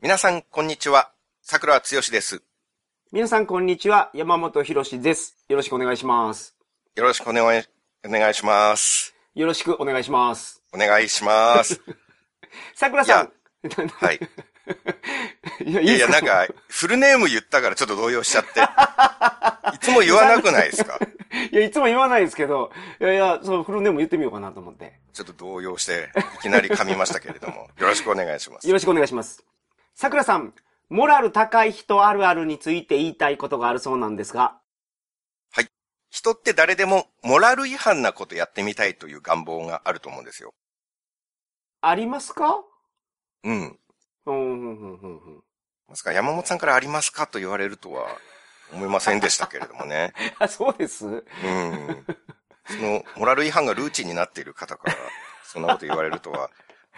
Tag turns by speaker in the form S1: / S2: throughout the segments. S1: 皆さん、こんにちは。桜つよしです。
S2: 皆さん、こんにちは。山本博史です。よろしくお願いします。
S1: よろしくお願い、お願いします。
S2: よろしくお願いします。
S1: お願いします。
S2: 桜さん。
S1: はい。
S2: い や、い
S1: い
S2: い
S1: や
S2: で
S1: い
S2: す
S1: や、
S2: か
S1: なんか、フルネーム言ったからちょっと動揺しちゃって。いつも言わなくないですか
S2: いや、いつも言わないですけど、いやいや、そう、フルネーム言ってみようかなと思って。
S1: ちょっと動揺して、いきなり噛みましたけれども。よろしくお願いします
S2: よ。ろしくお願いします。桜さん、モラル高い人あるあるについて言いたいことがあるそうなんですが、
S1: 人って誰でも、モラル違反なことやってみたいという願望があると思うんですよ。
S2: ありますか
S1: うん。
S2: うん、うん、うん、うんうん。
S1: まさか山本さんからありますかと言われるとは、思いませんでしたけれどもね。
S2: あ、そうです
S1: うん。その、モラル違反がルーチンになっている方から、そんなこと言われるとは。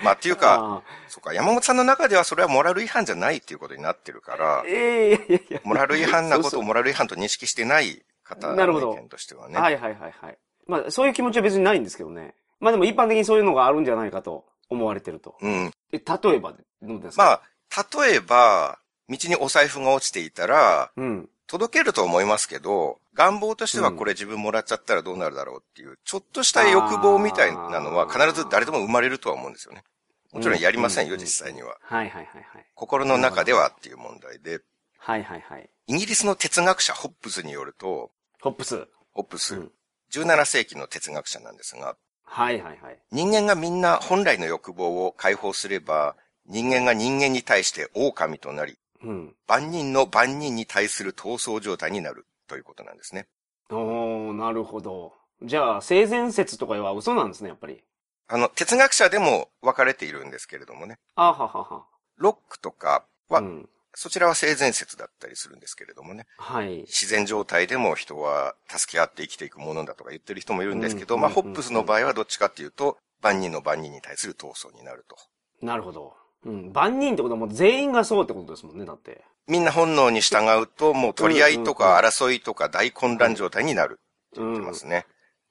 S1: まあ、っていうか、
S2: あ
S1: そうか、山本さんの中ではそれはモラル違反じゃないっていうことになってるから
S2: ー、ええいやいやい
S1: モラル違反なこ
S2: そ
S1: と
S2: うそ
S1: をモラル違反と認識してない方
S2: なる
S1: の
S2: ほど
S1: 意見としてはね。
S2: や。はいはいはいはい。まあ、そういう気持ちは別にないんですけどね。まあでも一般的にそういうのがあるんじゃないかと思われてると。
S1: うん。
S2: え、例えばのですか
S1: まあ、例えば、道にお財布が落ちていたら、
S2: うん。
S1: 届けると思いますけど、願望としてはこれ自分もらっちゃったらどうなるだろうっていう、ちょっとした欲望みたいなのは
S2: あー
S1: 必ず誰でも生まれるとは思うんですよね。もちろんやりませんよ、
S2: うんうんうん
S1: 実際には。
S2: はいはいはいはい。
S1: 心の中ではっていう問題で、
S2: はいはいはい。
S1: イギリスの哲学者ホップスによると、
S2: ホップス。はい
S1: ホップス、
S2: うん
S1: 17世紀の哲学者なんですが、
S2: はいはい。
S1: 人間がみんな本来の欲望を解放すれば、人間が人間に対して狼となり、
S2: うん。
S1: 万人の万人に対する闘争状態になるということなんですね。
S2: おー、なるほど。じゃあ、性善説とかは嘘なんですね、やっぱり。
S1: あの、哲学者でも分かれているんですけれどもね。
S2: あははは。
S1: ロックとかは、
S2: うん。
S1: そちらは性善説だったりするんですけれどもね。
S2: はい。
S1: 自然状態でも人は助け合って生きていくものだとか言ってる人もいるんですけど、
S2: うん
S1: まあ、
S2: うん
S1: ホップスの場合はどっちかっていうと、万人の万人に対する闘争になると。
S2: なるほど。うん。万人ってことはもう全員がそうってことですもんね、だって。
S1: みんな本能に従うと、もう取り合いと
S2: うんうん
S1: か争いとか大混乱状態になるって言ってますね。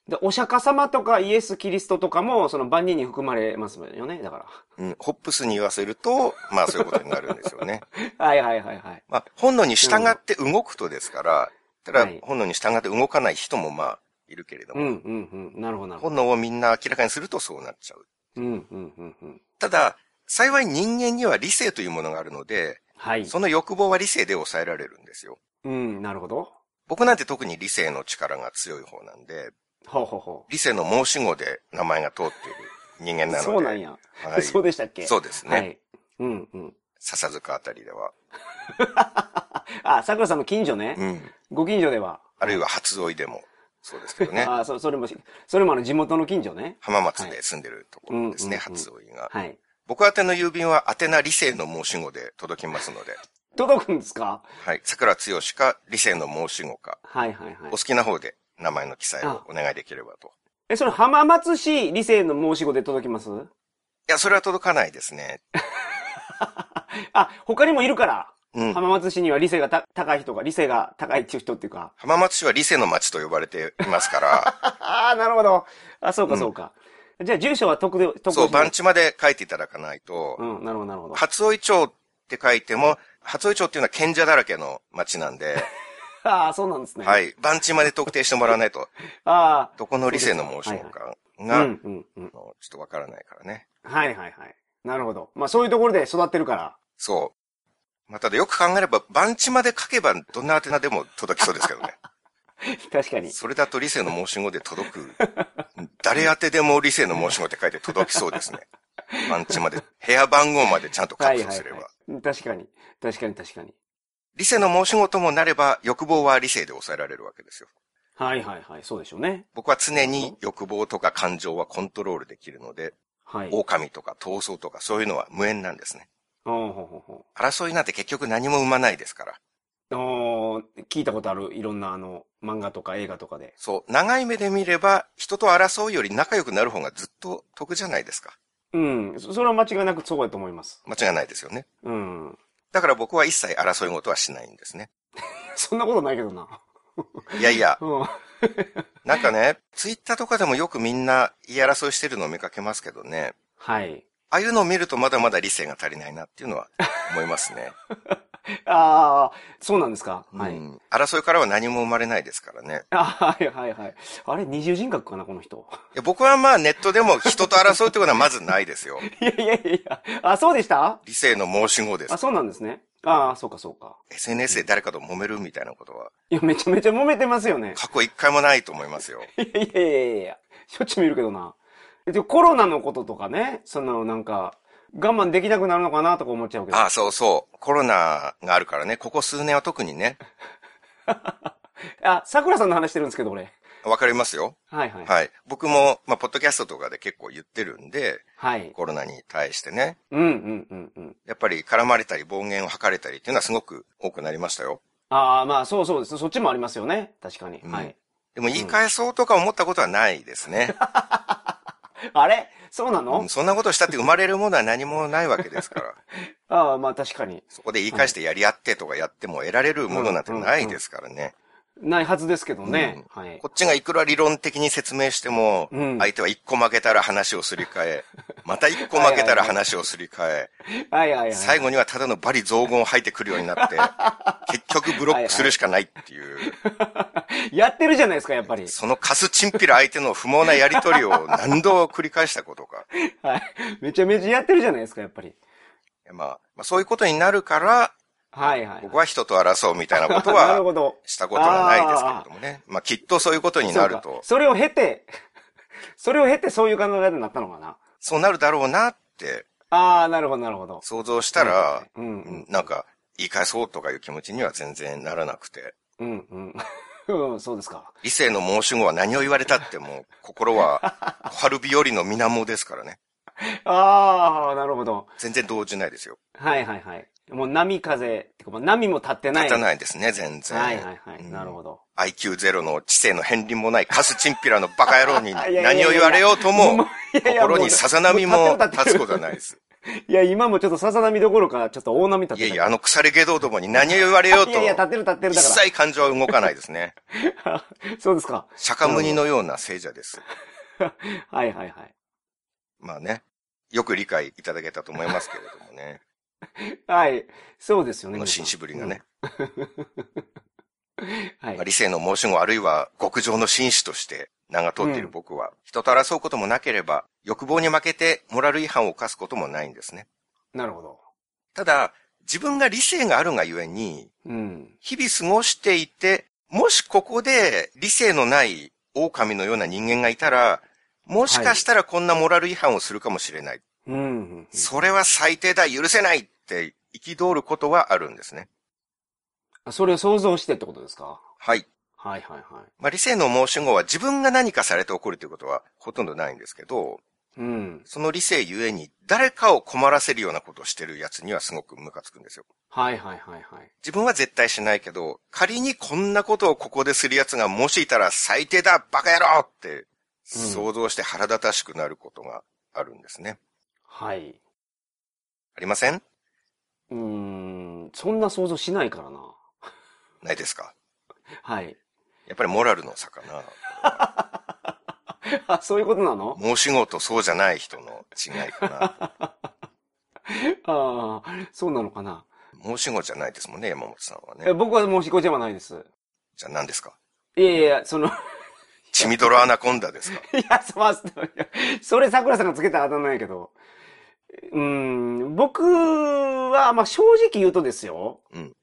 S2: で、お釈迦様とかイエス・キリストとかも、その万人に含まれますよね、だか
S1: うん、ホップスに言わせると、まあそういうことになるんですよね。
S2: ら。 はいはいはいはい。
S1: まあ、本能に従って動くとですから、ただ
S2: はい、
S1: 本能に従って動かない人もまあ、いるけれど
S2: うん
S1: も、
S2: うんうん。なるほどなるほど。
S1: 本能をみんな明らかにするとそうなっちゃう。
S2: うんうんうんうん。
S1: ただ、幸い人間には理性というものがあるので、
S2: はい。
S1: その欲望は理性で抑えられるんですよ。
S2: うん、なるほど。
S1: 僕なんて特に理性の力が強い方なんで、
S2: ほうほうほ
S1: 理性の申し子で名前が通っている人間
S2: う。
S1: なので。
S2: そうなんや。
S1: はい。
S2: そうでしたっけ
S1: そうですね。
S2: はい。うんうん。
S1: 笹塚あたりでは。
S2: あ、桜さんの近所ね
S1: う。ん。
S2: ご近所では。
S1: あるいは初追いでも、そうですけどね。
S2: あ、そ、それもし、それもあの地元の近所ね。
S1: 浜松で住んでるところですね、
S2: はいうんうんうん
S1: 初追いが。
S2: はい。
S1: 僕宛ての郵便は宛名理性の申し子で届きますので、
S2: 届くんですか
S1: はい。桜剛か理性の申し子か、
S2: はいはいは
S1: お
S2: い
S1: 好。きな方で名前の記載をお願いできればと。
S2: え、それ浜松市理性の申し子で届きます
S1: いや、それは届かないですね。
S2: あ、他にもいるから。
S1: うん。
S2: 浜松市には理性がた高い人が、理性が高いっていう人っていう か。
S1: 浜松市は理性の町と呼ばれています か
S2: ああ、なるほど。あ、そう
S1: う
S2: か
S1: ん
S2: そうか。じゃあ住所は特で、特
S1: ら、そう、
S2: 定
S1: 番地まで書いていただかないと、
S2: うん、なるほどなるほど。
S1: 初追町って書いても、初追町っていうのは賢者だらけの町なんで、
S2: ああ、そうなんですね。。
S1: はいい。番地まで特定してもらわ ないと、
S2: あ
S1: どこの理性の申し子か
S2: あ、
S1: が、あ
S2: う
S1: の
S2: んうんうん
S1: ち。ょっとわからないからね。
S2: はいはいはい。なるほど。まあそういうところで育ってるから。
S1: そう。まあ、ただよく考えれば、番地まで書けばどんな宛名でも届きそうですけど ね。
S2: 確かに。
S1: それだと理性の申し子で届く。誰宛てでも理性の申し子って書いて届きそう ですね。番地まで、部屋番号までちゃんと書
S2: は
S1: く
S2: い
S1: と
S2: はい
S1: すれば。
S2: はい。確かに。確かに確かに。
S1: 理性の申し子ともなれば、欲望は理性で抑えられるわけですよ。
S2: はいはいはい。そうでしょうね。
S1: 僕は常に欲望とか感情はコントロールできるので、
S2: はい。
S1: 狼とか闘争とかそういうのは無縁なんですね。
S2: おーほうほうほ
S1: 争いなんて結局何も生まないですから。
S2: うおー聞いたことある。いろんなあの、漫画とか映画とかで。
S1: そう、長い目で見れば、人と争うより仲良くなる方がずっと得じゃないですか。
S2: うん。そそれは間違いなくそうやと思います。
S1: 間違いないですよね。
S2: うん。
S1: だから僕は一切争い事はしないんですね。
S2: そんなことないけどな。
S1: いやい や、
S2: うん。
S1: なんかね、ツイッターとかでもよくみんな言い争いしてるのを見かけますけどね。
S2: はい。
S1: ああいうのを見るとまだまだ理性が足りないなっていうのは思いますね。
S2: ああ、そうなんですか。は
S1: う
S2: い。
S1: ん争いからは何も生まれないですからね。
S2: あはいはいはい。あれ、二重人格かな、この人。
S1: いや僕はまあネットでも人と争うってことはまずないですよ。
S2: いやいやいやいや。あ、そうでした
S1: 理性の申し子です
S2: あ、。そうなんですね。ああ、そうかそうか。
S1: SNS で誰かと揉めるみたいなことはい
S2: や、めちゃめちゃ揉めてますよね。
S1: 過去一回もないと思いますよ。
S2: いやいやいやいやしょっちゅう見るけどな。でコロナのこととかね、そのなんか、我慢できなくなるのかなとか思っちゃうけど。
S1: ああ、そうそう。コロナがあるからね、ここ数年は特にね、
S2: あ、桜さんの話してるんですけど、俺。
S1: わかりますよ。
S2: はいはい。
S1: はい。僕も、まあ、ポッドキャストとかで結構言ってるんで、
S2: はい。
S1: コロナに対してね、
S2: うんうんうんうん。
S1: やっぱり絡まれたり暴言を吐かれたりっていうのはすごく多くなりましたよ。
S2: ああ、まあそうそうです。そっちもありますよね。確かに。
S1: うん
S2: はい。
S1: でも言い返そうとか思ったことはないですね。
S2: あれそうなの、
S1: うんそんなことしたって生まれるものは何もないわけです から。
S2: ああ、まあ確かに。
S1: そこで言い返してやり合ってとかやっても得られるものなんてないですからね。
S2: ないはずですけどね。はい。
S1: こっちがいくら理論的に説明しても、
S2: うん
S1: 相手は一個負けたら話をすり替え、また一個負けたら話をすり替え、
S2: はいはいはい。
S1: 最後にはただの罵詈雑言を吐いてくるように なって、結局ブロックするしかないっていう、
S2: やってるじゃないですか、やっぱり。
S1: そのカスチンピラ相手の不毛なやりとりを何度繰り返したこと か。
S2: はい。めちゃめちゃやってるじゃないですか、やっぱり。
S1: まあ、まあ、そういうことになるから、
S2: はいはい。
S1: 僕は人と争うみたいなこと
S2: なる
S1: は
S2: ほど。
S1: したことはないですけれどもね。まあきっとそういうことになる
S2: そうか
S1: と、
S2: それを経て、 それを経てそういう考え方になったのかな。
S1: そうなるだろうなって
S2: ああ、なるほど、なるほど。
S1: 想像したら、
S2: うん、う
S1: うん
S2: ん、
S1: なんか、言い返そうとかいう気持ちには全然ならなくて。
S2: うん、 うん。うん、そうですか。
S1: 理性の申し子は何を言われたって も、心は、春日和の水面ですからね。
S2: ああ、なるほど。
S1: 全然動じないですよ。
S2: はいはいはい。もう波風、ってかまあ波も立ってない。
S1: 立た
S2: い。
S1: ないですね、全然。
S2: はいはいはい。
S1: うん
S2: なるほど。
S1: IQ0 の知性の片 鱗もないカスチンピラのバカ野郎に
S2: いやいやいやい
S1: 何
S2: や
S1: を言われようとも、
S2: いやいや
S1: 心
S2: もう
S1: にさざ波も
S2: 立ってる
S1: 立つことはないです。
S2: いや、今もちょっとさざ波どころか、ちょっと大波立っ
S1: い
S2: て
S1: や
S2: た
S1: いや、あの腐れ下道どもに何を言われようと
S2: いやいや、立、ってる立ってる
S1: 一
S2: だか
S1: 切感情は動かないです ね。
S2: ら。そうですか。
S1: 釈迦牟尼のような聖者です。
S2: はいはいはい。
S1: まあね、よく理解いただけたと思いますけれどもね。
S2: はい。そうですよね。
S1: この
S2: 皆さ
S1: 紳
S2: ん
S1: 士ぶりがね。、
S2: うん は
S1: まあ
S2: い。
S1: 理性の申し子あるいは極上の紳士として名が通っている僕は、人と争うこともなければ、欲望に負けてモラル違反を犯すこともないんですね。
S2: なるほど。
S1: ただ、自分が理性があるがゆえに、
S2: うん。
S1: 日々過ごしていて、もしここで理性のない狼のような人間がいたら、もしかしたらこんなモラル違反をするかもしれない。
S2: うんうん。
S1: それは最低だ、許せないって憤ることはあるんですね。
S2: あそれを想像してってことですか
S1: はい。
S2: はいはいは
S1: まあ、理性の申し子は自分が何かされて怒るということはほとんどないんですけど、
S2: い。うん。
S1: その理性ゆえに誰かを困らせるようなことをしてるやつにはすごくムカつくんですよ。
S2: はいはいはいはい。
S1: 自分は絶対しないけど、仮にこんなことをここでするやつがもしいたら最低だバカ野郎って想像して腹立たしくなることがあるんですね。
S2: はい。
S1: ありません
S2: うーん。そんな想像しないからな。
S1: ないですか
S2: はい。
S1: やっぱりモラルの差かな。
S2: あ、そういうことなの
S1: 申し子とそうじゃない人の違いかな。
S2: ああ、そうなのかな。
S1: 申し子じゃないですもんね、山本さんは
S2: え
S1: ね。
S2: 僕はもう飛行じゃないです。
S1: じゃあ何ですか
S2: いやいや、その、い
S1: チミドロアナコンダですか
S2: や、そま、それ桜さんがつけたあだ名やけど。うーん、僕は、まあ、正直言うとですよ。
S1: うん。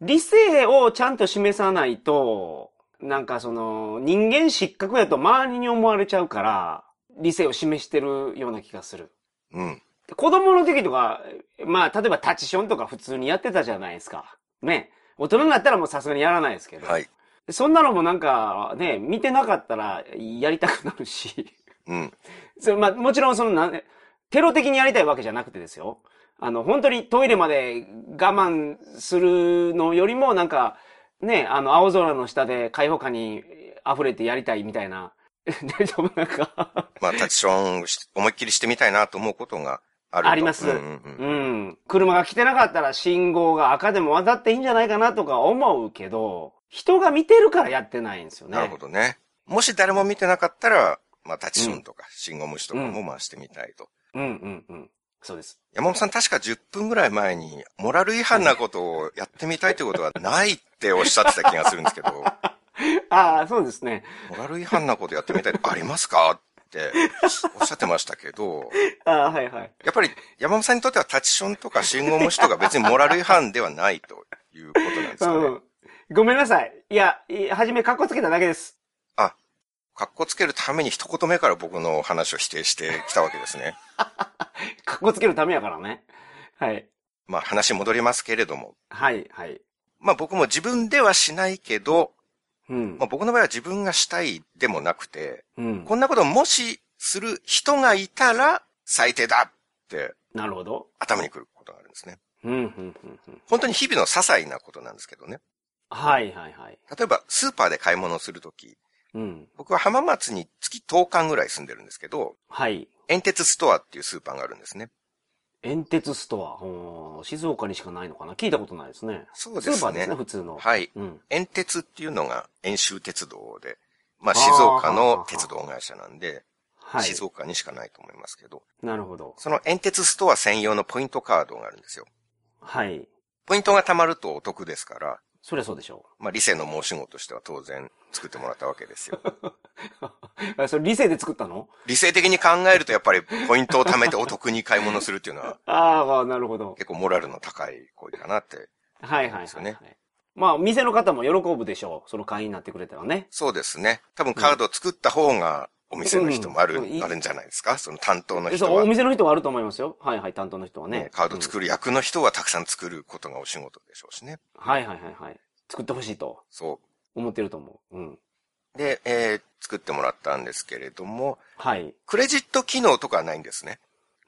S2: 理性をちゃんと示さないと、なんかその、人間失格やと周りに思われちゃうから、理性を示してるような気がする。
S1: うん。
S2: 子供の時とか、まあ、例えばタッチションとか普通にやってたじゃないですか。ね。大人になったらもうさすがにやらないですけど。
S1: はい。
S2: そんなのもなんか、ね、見てなかったらやりたくなるし。
S1: うん。
S2: それまあ、もちろんそのなん、テロ的にやりたいわけじゃなくてですよ。あの、本当にトイレまで我慢するのよりも、なんか、ね、あの、青空の下で開放感に溢れてやりたいみたいな。 大丈夫なんか。
S1: まあ、タッチションし、思いっきりしてみたいなと思うことがあると
S2: あります
S1: うんうんう
S2: うんん。車が来てなかったら信号が赤でも渡っていいんじゃないかなとか思うけど、人が見てるからやってないんですよね。
S1: なるほどね。もし誰も見てなかったら、まあ、タッチションとか、信号無視とかもまあしてみたいと。
S2: うんうんうん。そうです。
S1: 山本さん確か10分ぐらい前に、モラル違反なことをやってみたいってことはないっておっしゃってた気がするんです けど、モ
S2: ああ、そうですね。
S1: ラル違反なことやってみたいってありますかっておっしゃってましたけど、
S2: ああ、はいはい。
S1: やっぱり山本さんにとってはタチションとか信号無視とか別にモラル違反ではないということなんですか
S2: う
S1: ね。
S2: ん。ごめんなさい。いや、い初めカッコつけただけです。
S1: かっこつけるために一言目から僕の話を否定してきたわけですね。
S2: カッコつけるためやからね。はい。
S1: まあ話戻りますけれども。
S2: はい、はい。
S1: まあ僕も自分ではしないけど、
S2: うん
S1: まあ。僕の場合は自分がしたいでもなくて、
S2: うん。
S1: こんなことをもしする人がいたら最低だって
S2: なるほど。
S1: 頭にくることがあるんですね。
S2: うん、うん、うん。うん
S1: 本当に日々の些細なことなんですけどね。
S2: はい、はい、はい。
S1: 例えばスーパーで買い物をするとき、
S2: うん。
S1: 僕は浜松に月10間ぐらい住んでるんですけど、
S2: はい。
S1: 煙鉄ストアっていうスーパーがあるんですね。
S2: 煙鉄ストアほー。静岡にしかないのかな聞いたことないですね。
S1: そうですね
S2: スーパーですね、普通の。
S1: はい。
S2: うん。
S1: 煙鉄っていうのが遠州鉄道で、まあ
S2: あー
S1: 静岡の鉄道会社なんで、
S2: はい。
S1: 静岡にしかないと思いますけど、
S2: なるほど。
S1: その煙鉄ストア専用のポイントカードがあるんですよ。
S2: はい。
S1: ポイントが貯まるとお得ですから、
S2: そりゃそうでしょ
S1: まあ理性の申し子としては当然作ってもらったわけです よ。
S2: う。あそれ理性で作ったの
S1: 理性的に考えるとやっぱりポイントを貯めてお得に買い物するっていうのは
S2: あーあー、なるほど。
S1: 結構モラルの高い行為かなって。
S2: はいはいはい、
S1: ですよ
S2: はい
S1: ね
S2: まあ、店の方も喜ぶでしょう。その会員になってくれたらね。
S1: そうですね。多分カードを作った方がお店の人もある、
S2: うん
S1: あるんじゃないですかその担当の
S2: え
S1: 人
S2: そう、お
S1: は。
S2: 店の人はあると思いますよ。はいはい、担当の人はね。
S1: カード作る役の人はたくさん作ることがお仕事でしょうしね。
S2: うんはいはいはいはい。作ってほしいと
S1: そ
S2: 思ってると思う。うん。
S1: う。で、えー作ってもらったんですけれども、
S2: はい。
S1: クレジット機能とかはないんですね。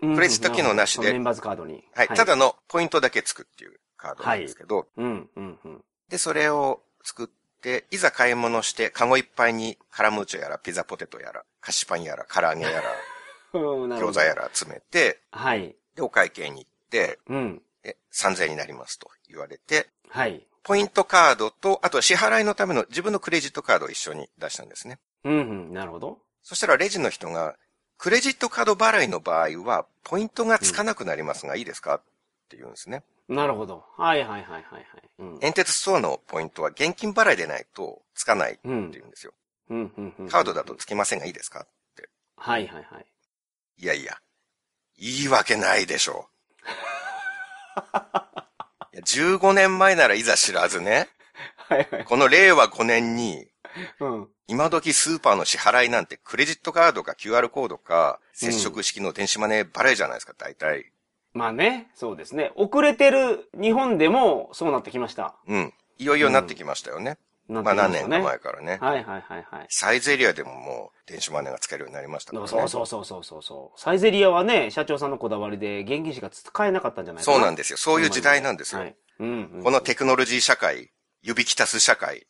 S2: ク
S1: クレジット機能なしで
S2: メンバーズカードに。
S1: はい。ただのポイントだけつくっていうカードなんですけど、
S2: うん、うん、うん。
S1: で、それを作って、いざ買い物して、カゴいっぱいにカラムーチョやら、ピザポテトやら、菓子パンやら、唐揚げやら、
S2: うん、なるほ
S1: 餃子
S2: ど
S1: やら詰めて、
S2: はい。
S1: で、お会計に行って、
S2: うん。
S1: で3000円になりますと言われて、
S2: はい。
S1: ポイントカードと、あと支払いのための自分のクレジットカードを一緒に出したんですね。
S2: うん、うん、なるほど。
S1: そしたらレジの人が、クレジットカード払いの場合は、ポイントがつかなくなりますが、いいですかって言うんですね。
S2: なるほど。はいはいはいはいはい。うん。
S1: 煙鉄ストアのポイントは現金払いでないとつかないって
S2: うん
S1: 言うんですよ。
S2: うん、うん、うん。
S1: カードだと。つきませんがいいですか
S2: はいはいはい。
S1: いやいや、いいわけないでしょう。いや15年前ならいざ知らずね、
S2: はいはい。
S1: この令和5年に、
S2: うん。
S1: 今時スーパーの支払いなんてクレジットカードか QR コードか接触式の電子マネー払いじゃないですか、大体。
S2: まあね、そうですね。遅れてる日本でもそうなってきました。
S1: うん。いよいよなってきましたよね。
S2: なって
S1: まあ
S2: きま
S1: 何
S2: した
S1: 年
S2: ね。
S1: か前からね。
S2: はいはいはいはい。
S1: サイズエリアでももう電子マネーが使えるようになりましたからね。
S2: そうそうそうそうそうそう。サイゼリアはね、社長さんのこだわりで現金しか使えなかったんじゃないか
S1: そうなん
S2: で
S1: ですよ。そういう時代なんですよ。
S2: はい。うん、うん
S1: このテクノロジー社会、指きたす社会、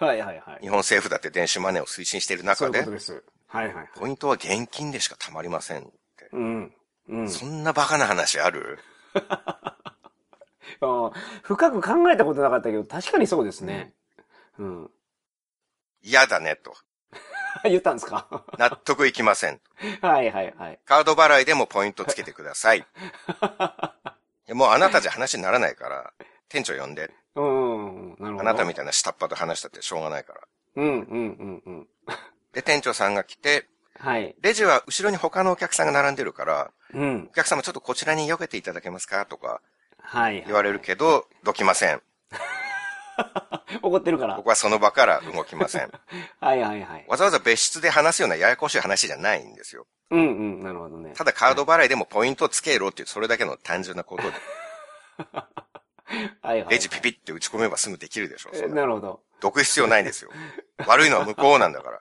S2: はいはいはい
S1: 日。本政府だって電子マネーを推進している中
S2: そういうこ
S1: で
S2: と、です。はいはいはい。
S1: ポイントは現金でしか貯まりませんって。
S2: うん。うん。
S1: そんなバカな話ある
S2: あ深く考えたことなかったけど、確かにそうですね。うん。
S1: 嫌だねと。
S2: 言ったんですか
S1: 納得いきません。
S2: はいはいはい。
S1: カード払いでもポイントつけてください。いやもうあなたじゃ話にならないから、店長呼んで、
S2: うん。なるほど。
S1: あなたみたいな下っ端と話したってしょうがないから。
S2: うんうんうんうん。
S1: で、店長さんが来て、
S2: はい。
S1: レジは後ろに他のお客さんが並んでるから、
S2: うん
S1: お。客様ちょっとこちらに避けていただけますかとか
S2: はい、はい。
S1: 言われるけど、どきません。
S2: 怒ってるから
S1: 僕。はその場から動きません。
S2: はいはいはい。
S1: わざわざ別室で話すようなややこしい話じゃないんですよ。
S2: うんうん。なるほどね。
S1: ただカード払いでもポイントをつけろっていう、それだけの単純なことで、
S2: はいはいはい。
S1: レジピピって打ち込めばすぐできるでしょ。そん な
S2: なるほど。
S1: 毒必要ないんですよ。悪いのは向こうなんだから。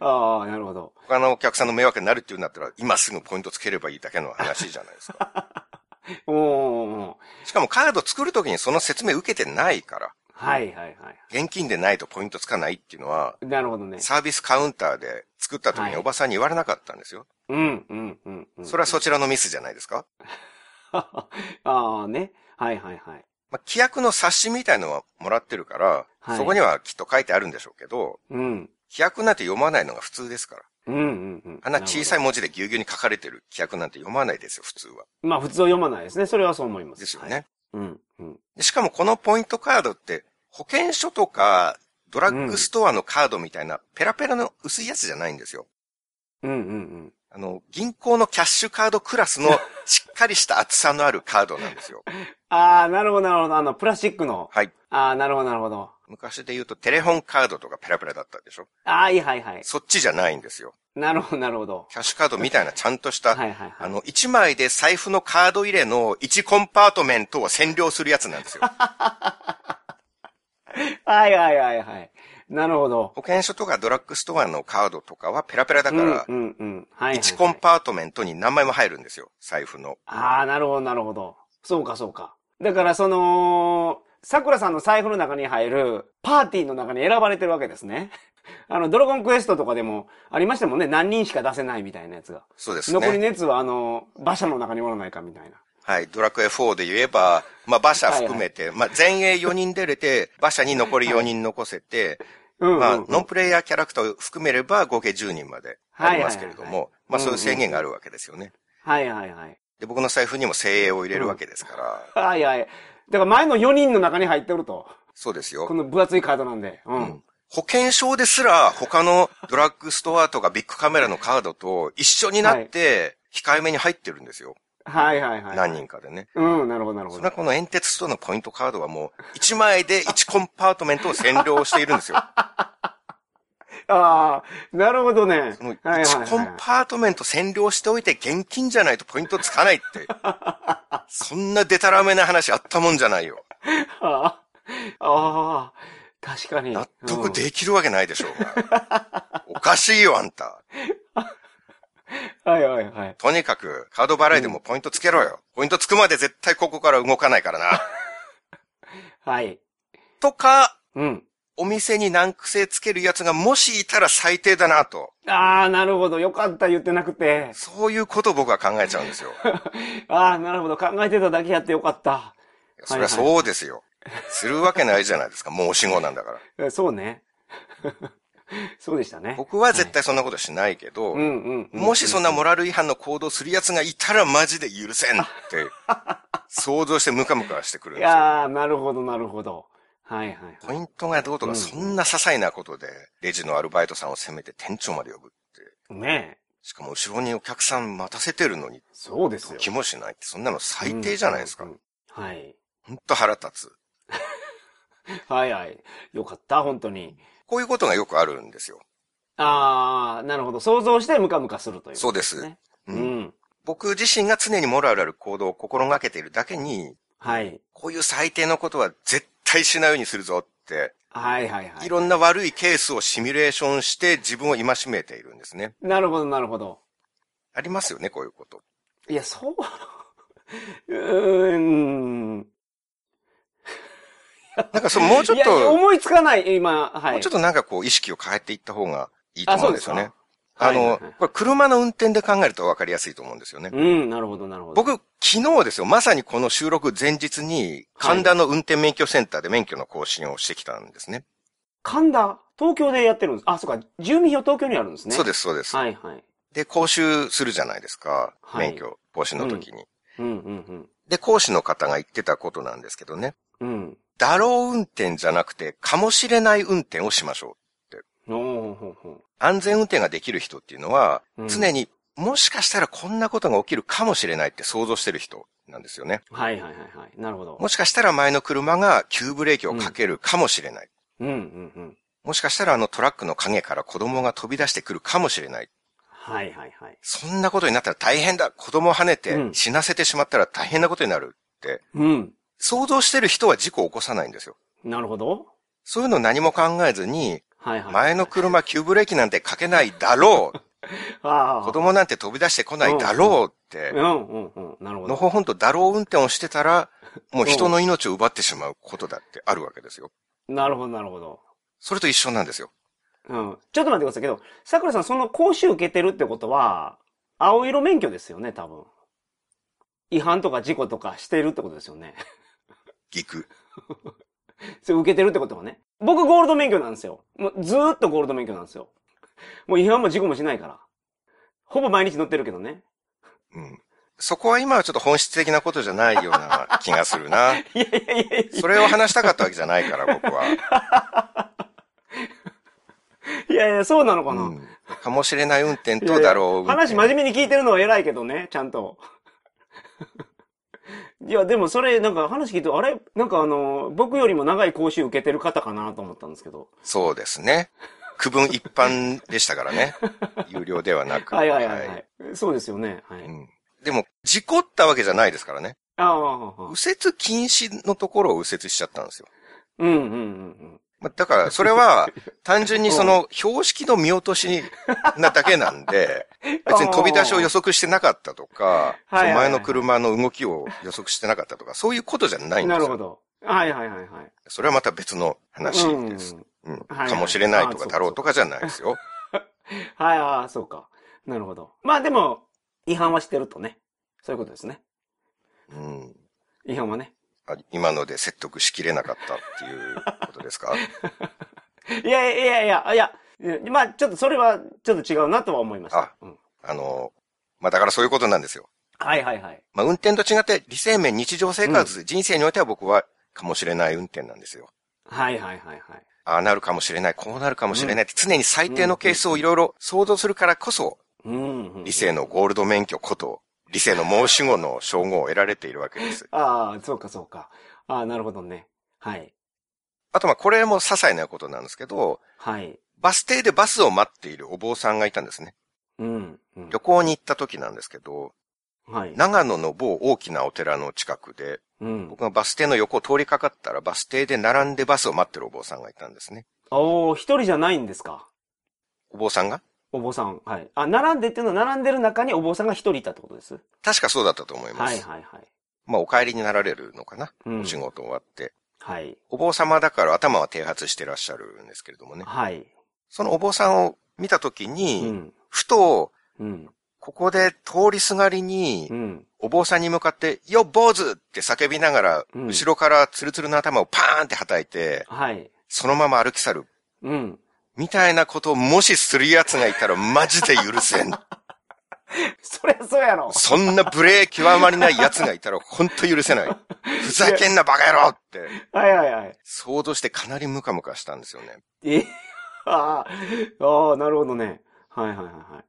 S2: ああ、なるほど。
S1: 他のお客さんの迷惑になるっていうんだったら、今すぐポイントつければいいだけの話じゃないです か。
S2: おーおーおー
S1: しかもカード作るときにその説明受けてないから、
S2: はいはいは
S1: 現金でないとポイントつかないっていうのは、
S2: い。なるほどね。
S1: サービスカウンターで作ったとき
S2: はい
S1: におばさんに言われなかったんですよ。
S2: うんうんうんうん。
S1: それはそちらのミスじゃないですか。
S2: ああね。はいはいはい。
S1: まあ、規約の冊子みたいのはもらってるから、
S2: はい
S1: そこにはきっと書いてあるんでしょうけど、
S2: うん。
S1: 規約なんて読まないのが普通ですから。
S2: うんうんうん。
S1: あんな小さ
S2: い。
S1: い文字でぎゅうぎゅうに書かれてる規約なんて読まないですよ、普通は。
S2: まあ普通は読まないですね。それはそう思います。
S1: ですよね。
S2: はい。うん。うん。
S1: でしかもこのポイントカードって、保険証とか、ドラッグストアのカードみたいな、ペラペラの薄いやつじゃないんですよ。
S2: うんうん
S1: あの、銀行のキャッシュカードクラス のしっかりした厚さのあるカードなんですよ。
S2: うん。ああ、なるほどなるほど。あの、プラスチックの。
S1: はい。
S2: ああ、なるほどなるほど。
S1: 昔で言うとテレホンカードとかペラペラだったでしょ
S2: ああ、いいはいはい。
S1: そっちじゃないんですよ。
S2: なるほどなるほど。
S1: キャッシュカードみたいなちゃんとした、
S2: はいはいは
S1: あ
S2: い。
S1: の、1枚で財布のカード入れの1コンパートメントを占領するやつなんですよ。
S2: はいはいはいはい。なるほど。
S1: 保険証とかドラッグストアのカードとかはペラペラだ
S2: う
S1: か
S2: ん
S1: ら
S2: う、んうん。はいはいはい。
S1: 1コンパートメントに何枚も入るんですよ、財布の。
S2: ああ、なるほど、なるほど。そうか、そうか。だから、その、桜さんの財布の中に入るパーティーの中に選ばれてるわけですね。 あの、ドラゴンクエストとかでもありましたもんね。何人しか出せないみたいなやつが。
S1: そうです
S2: 残り
S1: ね。
S2: のやつは、あの、馬車の中におらないかみたいな。
S1: はい。ドラクエ4で言えば、まあ、馬車含めて、まあ、前衛4人出れて、馬車に残り4人残せて、
S2: うん、うん。
S1: まあ、ノンプレイヤーキャラクターを含めれば合計10人までありますけれど
S2: はいはいはいは
S1: も、まあ、そういう制限があるわけですよね。
S2: はいはいはい。
S1: で、僕の財布にも精鋭を入れるわけですから、
S2: はいはい。だから前の4人の中に入ってると。
S1: そうです
S2: こ
S1: よ。
S2: の分厚いカードなんで。うん。
S1: うん保険証ですら、他のドラッグストアとかビッグカメラのカードと一緒になって、控えめに入ってるんですよ。
S2: はいはいはい。
S1: 何人かでね。
S2: うん、なるほど、なるほ
S1: そん
S2: ど
S1: な。この煙鉄ストアのポイントカードはもう、1枚 で1コンパートメントを占領しているんですよ。
S2: ああ、なるほどね。
S1: その
S2: はいはいはい
S1: 1コンパートメント占領しておいて現金じゃないとポイントつかないって。そんなデタラメな話あったもんじゃないよ。
S2: ああ、ああ、確かに。
S1: 納得できるわけないでしょうが。おかしいよ、あんた。
S2: うんはいはいはい。
S1: とにかく、カード払いでもポイントつけろよ。ポイントつくまで絶対ここから動かないからな。
S2: はい。
S1: とか、
S2: うん。
S1: お店に難癖つけるやつがもしいたら最低だなと。
S2: ああ、なるほど。よかった、言ってなくて。
S1: そういうことを僕は考えちゃうんですよ。
S2: ああ、なるほど。考えてただけやってよかった。
S1: そりゃそうですよ。するわけないじゃないですか。申し子なんだから。
S2: えそうね。 そうでしたね。
S1: 僕は絶対そんなことしないけど、
S2: うんうんうん。
S1: もしそんなモラル違反の行動する奴がいたらマジで許せんって、想像してムカムカしてくるん
S2: い
S1: ですよ。
S2: やーなるほど、なるほど。はいはいはい。
S1: ポイントがどうと
S2: う
S1: か、
S2: ん
S1: そんな些細なことで、レジのアルバイトさんを責めて店長まで呼ぶって。
S2: ねえ。
S1: しかも後ろにお客さん待たせてるのに、
S2: そうですよ。
S1: 気もしないって、そんなの最低じゃないですか
S2: うん。うんはい。
S1: ほんと腹立つ。
S2: はいはい。よかった、本当に。
S1: こういうことがよくあるんですよ。
S2: ああ、なるほど。想像してムカムカするという、
S1: そうです
S2: ね。
S1: うん
S2: うん。
S1: 僕自身が常にモラルある行動を心がけているだけに、
S2: はい。
S1: こういう最低のことは絶対しないようにするぞって、
S2: はいはいはいい。
S1: ろんな悪いケースをシミュレーションして自分を戒めているんですね。
S2: なるほどなるほど。
S1: ありますよね、こういう こと。
S2: いや、そう、うーん。
S1: なんかそう、もうちょっ
S2: いや
S1: と、も
S2: 思いつかない、今、は
S1: う
S2: い。
S1: ちょっとなんかこう意識を変えていった方がいいと
S2: あ、
S1: 思
S2: そううんで
S1: ですすよね
S2: か。。
S1: あ
S2: はい
S1: の
S2: はいはい、
S1: これ車の運転で考えると分かりやすいと思うんですよね。
S2: うん、なるほど、なるほど。
S1: 僕、昨日ですよ、まさにこの収録前日に、
S2: はい
S1: 神田の運転免許センターで免許の更新をしてきたんですね。
S2: 神田、東京でやってるんです。あ、そうか、住民票東京にあるんですね。
S1: そう
S2: で
S1: です、そうです。
S2: はい、はい。
S1: で、講習するじゃないですか。
S2: はい
S1: 免許、講習の時に。
S2: うん、うん、
S1: で、講師の方が言ってたことなんですけどね。
S2: うん。
S1: だろう運転じゃなくて、かもしれない運転をしましょう。
S2: うん。おーほうほう
S1: 安全運転ができる人っていうのは、
S2: うん
S1: 常にもしかしたらこんなことが起きるかもしれないって想像してる人なんですよね。
S2: はい、はい、はい、はい。なるほど。
S1: もしかしたら前の車が急ブレーキをかけるかもしれない。
S2: うん、うん、うん。
S1: もしかしたらあのトラックの影から子供が飛び出してくるかもしれない。
S2: はい、はい、はい。
S1: そんなことになったら大変だ。子供を跳ね
S2: う
S1: て
S2: ん
S1: 死なせてしまったら大変なことになるって。
S2: うん。
S1: 想像してる人は事故を起こさないんですよ。
S2: なるほど。
S1: そういうの何も考えずに、
S2: はい、はい。
S1: 前の車急ブレーキなんてかけないだろう
S2: あー
S1: 子供なんて飛び出してこないだろうって
S2: う、ん、うん、うん。なるほ
S1: の
S2: ど。
S1: ほほんとだろう運転をしてたら、もう人の命を奪ってしまうことだってあるわけですよ。
S2: なるほど、なるほど。
S1: それと一緒なんですよ。
S2: うん。ちょっと待ってくださいけど、桜さん、その講習受けてるってことは、青色免許ですよね、多分。違反とか事故とかしてるってことですよね。
S1: ギク。
S2: それ受けてるってことはね。僕、ゴールド免許なんですよ。もうずーっとゴールド免許なんですよ。もう違反も事故もしないから。ほぼ毎日乗ってるけどね。
S1: うん。そこは今はちょっと本質的なことじゃないような気がするな。
S2: いやいやいやい
S1: それを話したかったわけじゃないから、僕 は。
S2: や、いやいや、そうなのかな。
S1: うん。かもしれない運転
S2: いや
S1: と
S2: いや
S1: だろう運転。
S2: 話真面目に聞いてるのは偉いけどね、ちゃんと。 いや、でもそれ、なんか話聞いて、あれなんかあの、僕よりも長い講習受けてる方かなと思ったんですけど。
S1: そうですね。区分一般でしたから ね。有料ではなく。
S2: はいはいはい、はい。そうですよね。はい。
S1: うん。でも、事故ったわけじゃないですからね。
S2: ああ、
S1: 右折禁止のところを右折しちゃったんですよ。
S2: うんうんうん
S1: まあだから、それ は、単純にその、標識の見落としになだけなん で、
S2: うん。
S1: 別に飛び出しを予測してなかったとか、
S2: あーはいはいはい
S1: その前の車の動きを予測してなかったとか、そういうことじゃないんで
S2: な
S1: す
S2: る
S1: よ
S2: ほ。ど。はいはいはいはい。
S1: それはまた別の話です。
S2: うん
S1: うん
S2: はい
S1: かもしれないとかだろうとかじゃないですよ。
S2: はい、ああ、そうか。なるほど。まあでも、違反はしてるとね。そういうことですね。
S1: うん
S2: 違反はね。
S1: あ今ので説得しきれなかったっていうことですか
S2: いやいやいやいや、いや、まあちょっとそれはちょっと違うなとは思いました。
S1: あ
S2: うん
S1: あの、まあ、だからそういうことなんですよ。
S2: はいはいはい。
S1: まあ、運転と違って、理性面、日常生活、人生においては僕は、かもしれない運転なんですよ。
S2: はいはいはいはい。
S1: ああなるかもしれない、こうなるかもしれないって、常に最低のケースをいろいろ想像するからこそ、
S2: うん、うん。
S1: 理性のゴールド免許こと、理性の申し子の称号を得られているわけです。
S2: ああ、そうかそうか。ああ、なるほどね。はい。
S1: あと、まあ、これも些細なことなんですけど、
S2: はい。
S1: バス停でバスを待っているお坊さんがいたんですね。
S2: うん。うん
S1: 旅行に行った時なんですけど、
S2: はい。
S1: 長野の某大きなお寺の近くで、
S2: うん。
S1: 僕がバス停の横を通りかかったら、バス停で並んでバスを待ってるお坊さんがいたんですね。
S2: おー、一人じゃないんですか。
S1: お坊さんが
S2: お坊さん。はい。あ、並んでっていうのは並んでる中にお坊さんが一人いたってことです。
S1: 確かそうだったと思います。
S2: はいはいはい。
S1: まあ、お帰りになられるのかな、
S2: うん
S1: お仕事終わって。
S2: はい。
S1: お坊様だから頭は剃髪してらっしゃるんですけれどもね。
S2: はい。
S1: そのお坊さんを見たとき
S2: う
S1: に、
S2: ん。
S1: ふと、
S2: うん。
S1: ここで通りすがりに
S2: う、ん。
S1: お坊さんに向かって、よ、坊主って叫びながら、
S2: うん
S1: 後ろからツルツルの頭をパーンって叩いて、
S2: はい。
S1: そのまま歩き去る。
S2: うん。
S1: みたいなことをもしする奴がいたらマジで許せん。
S2: そりゃそうやろ。
S1: そんな無礼極まりない奴がいたらほんと許せない。ふざけんなバカ野郎って
S2: はいはいはい。
S1: 想像してかなりムカムカしたんですよね。
S2: え ああ、ああ、なるほどね。はいはいは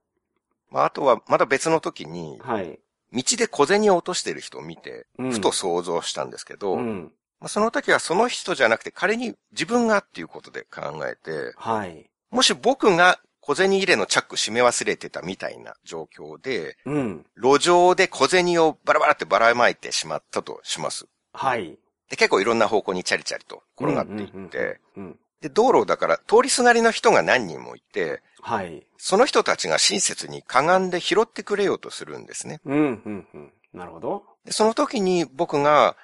S1: まあ、あとはまた別の時に
S2: い。、はい。はい。
S1: 道で小銭を落としてる人を見て、
S2: うん
S1: ふと想像したんですけど、
S2: うん。
S1: まあその時はその人じゃなくて仮に自分がっていうことで考えて、
S2: はい。
S1: もし僕が小銭入れのチャック閉め忘れてたみたいな状況で、
S2: うん。
S1: 路上で小銭をバラバラってばらまいてしまったとします。
S2: はい。
S1: で、結構いろんな方向にチャリチャリと転がっていって、
S2: うん。うん。
S1: で、道路だから通りすがりの人が何人もいて、
S2: はい。
S1: その人たちが親切にかがんで拾ってくれようとするんですね。
S2: うん。うん。うん。なるほど。
S1: で、その時に僕が、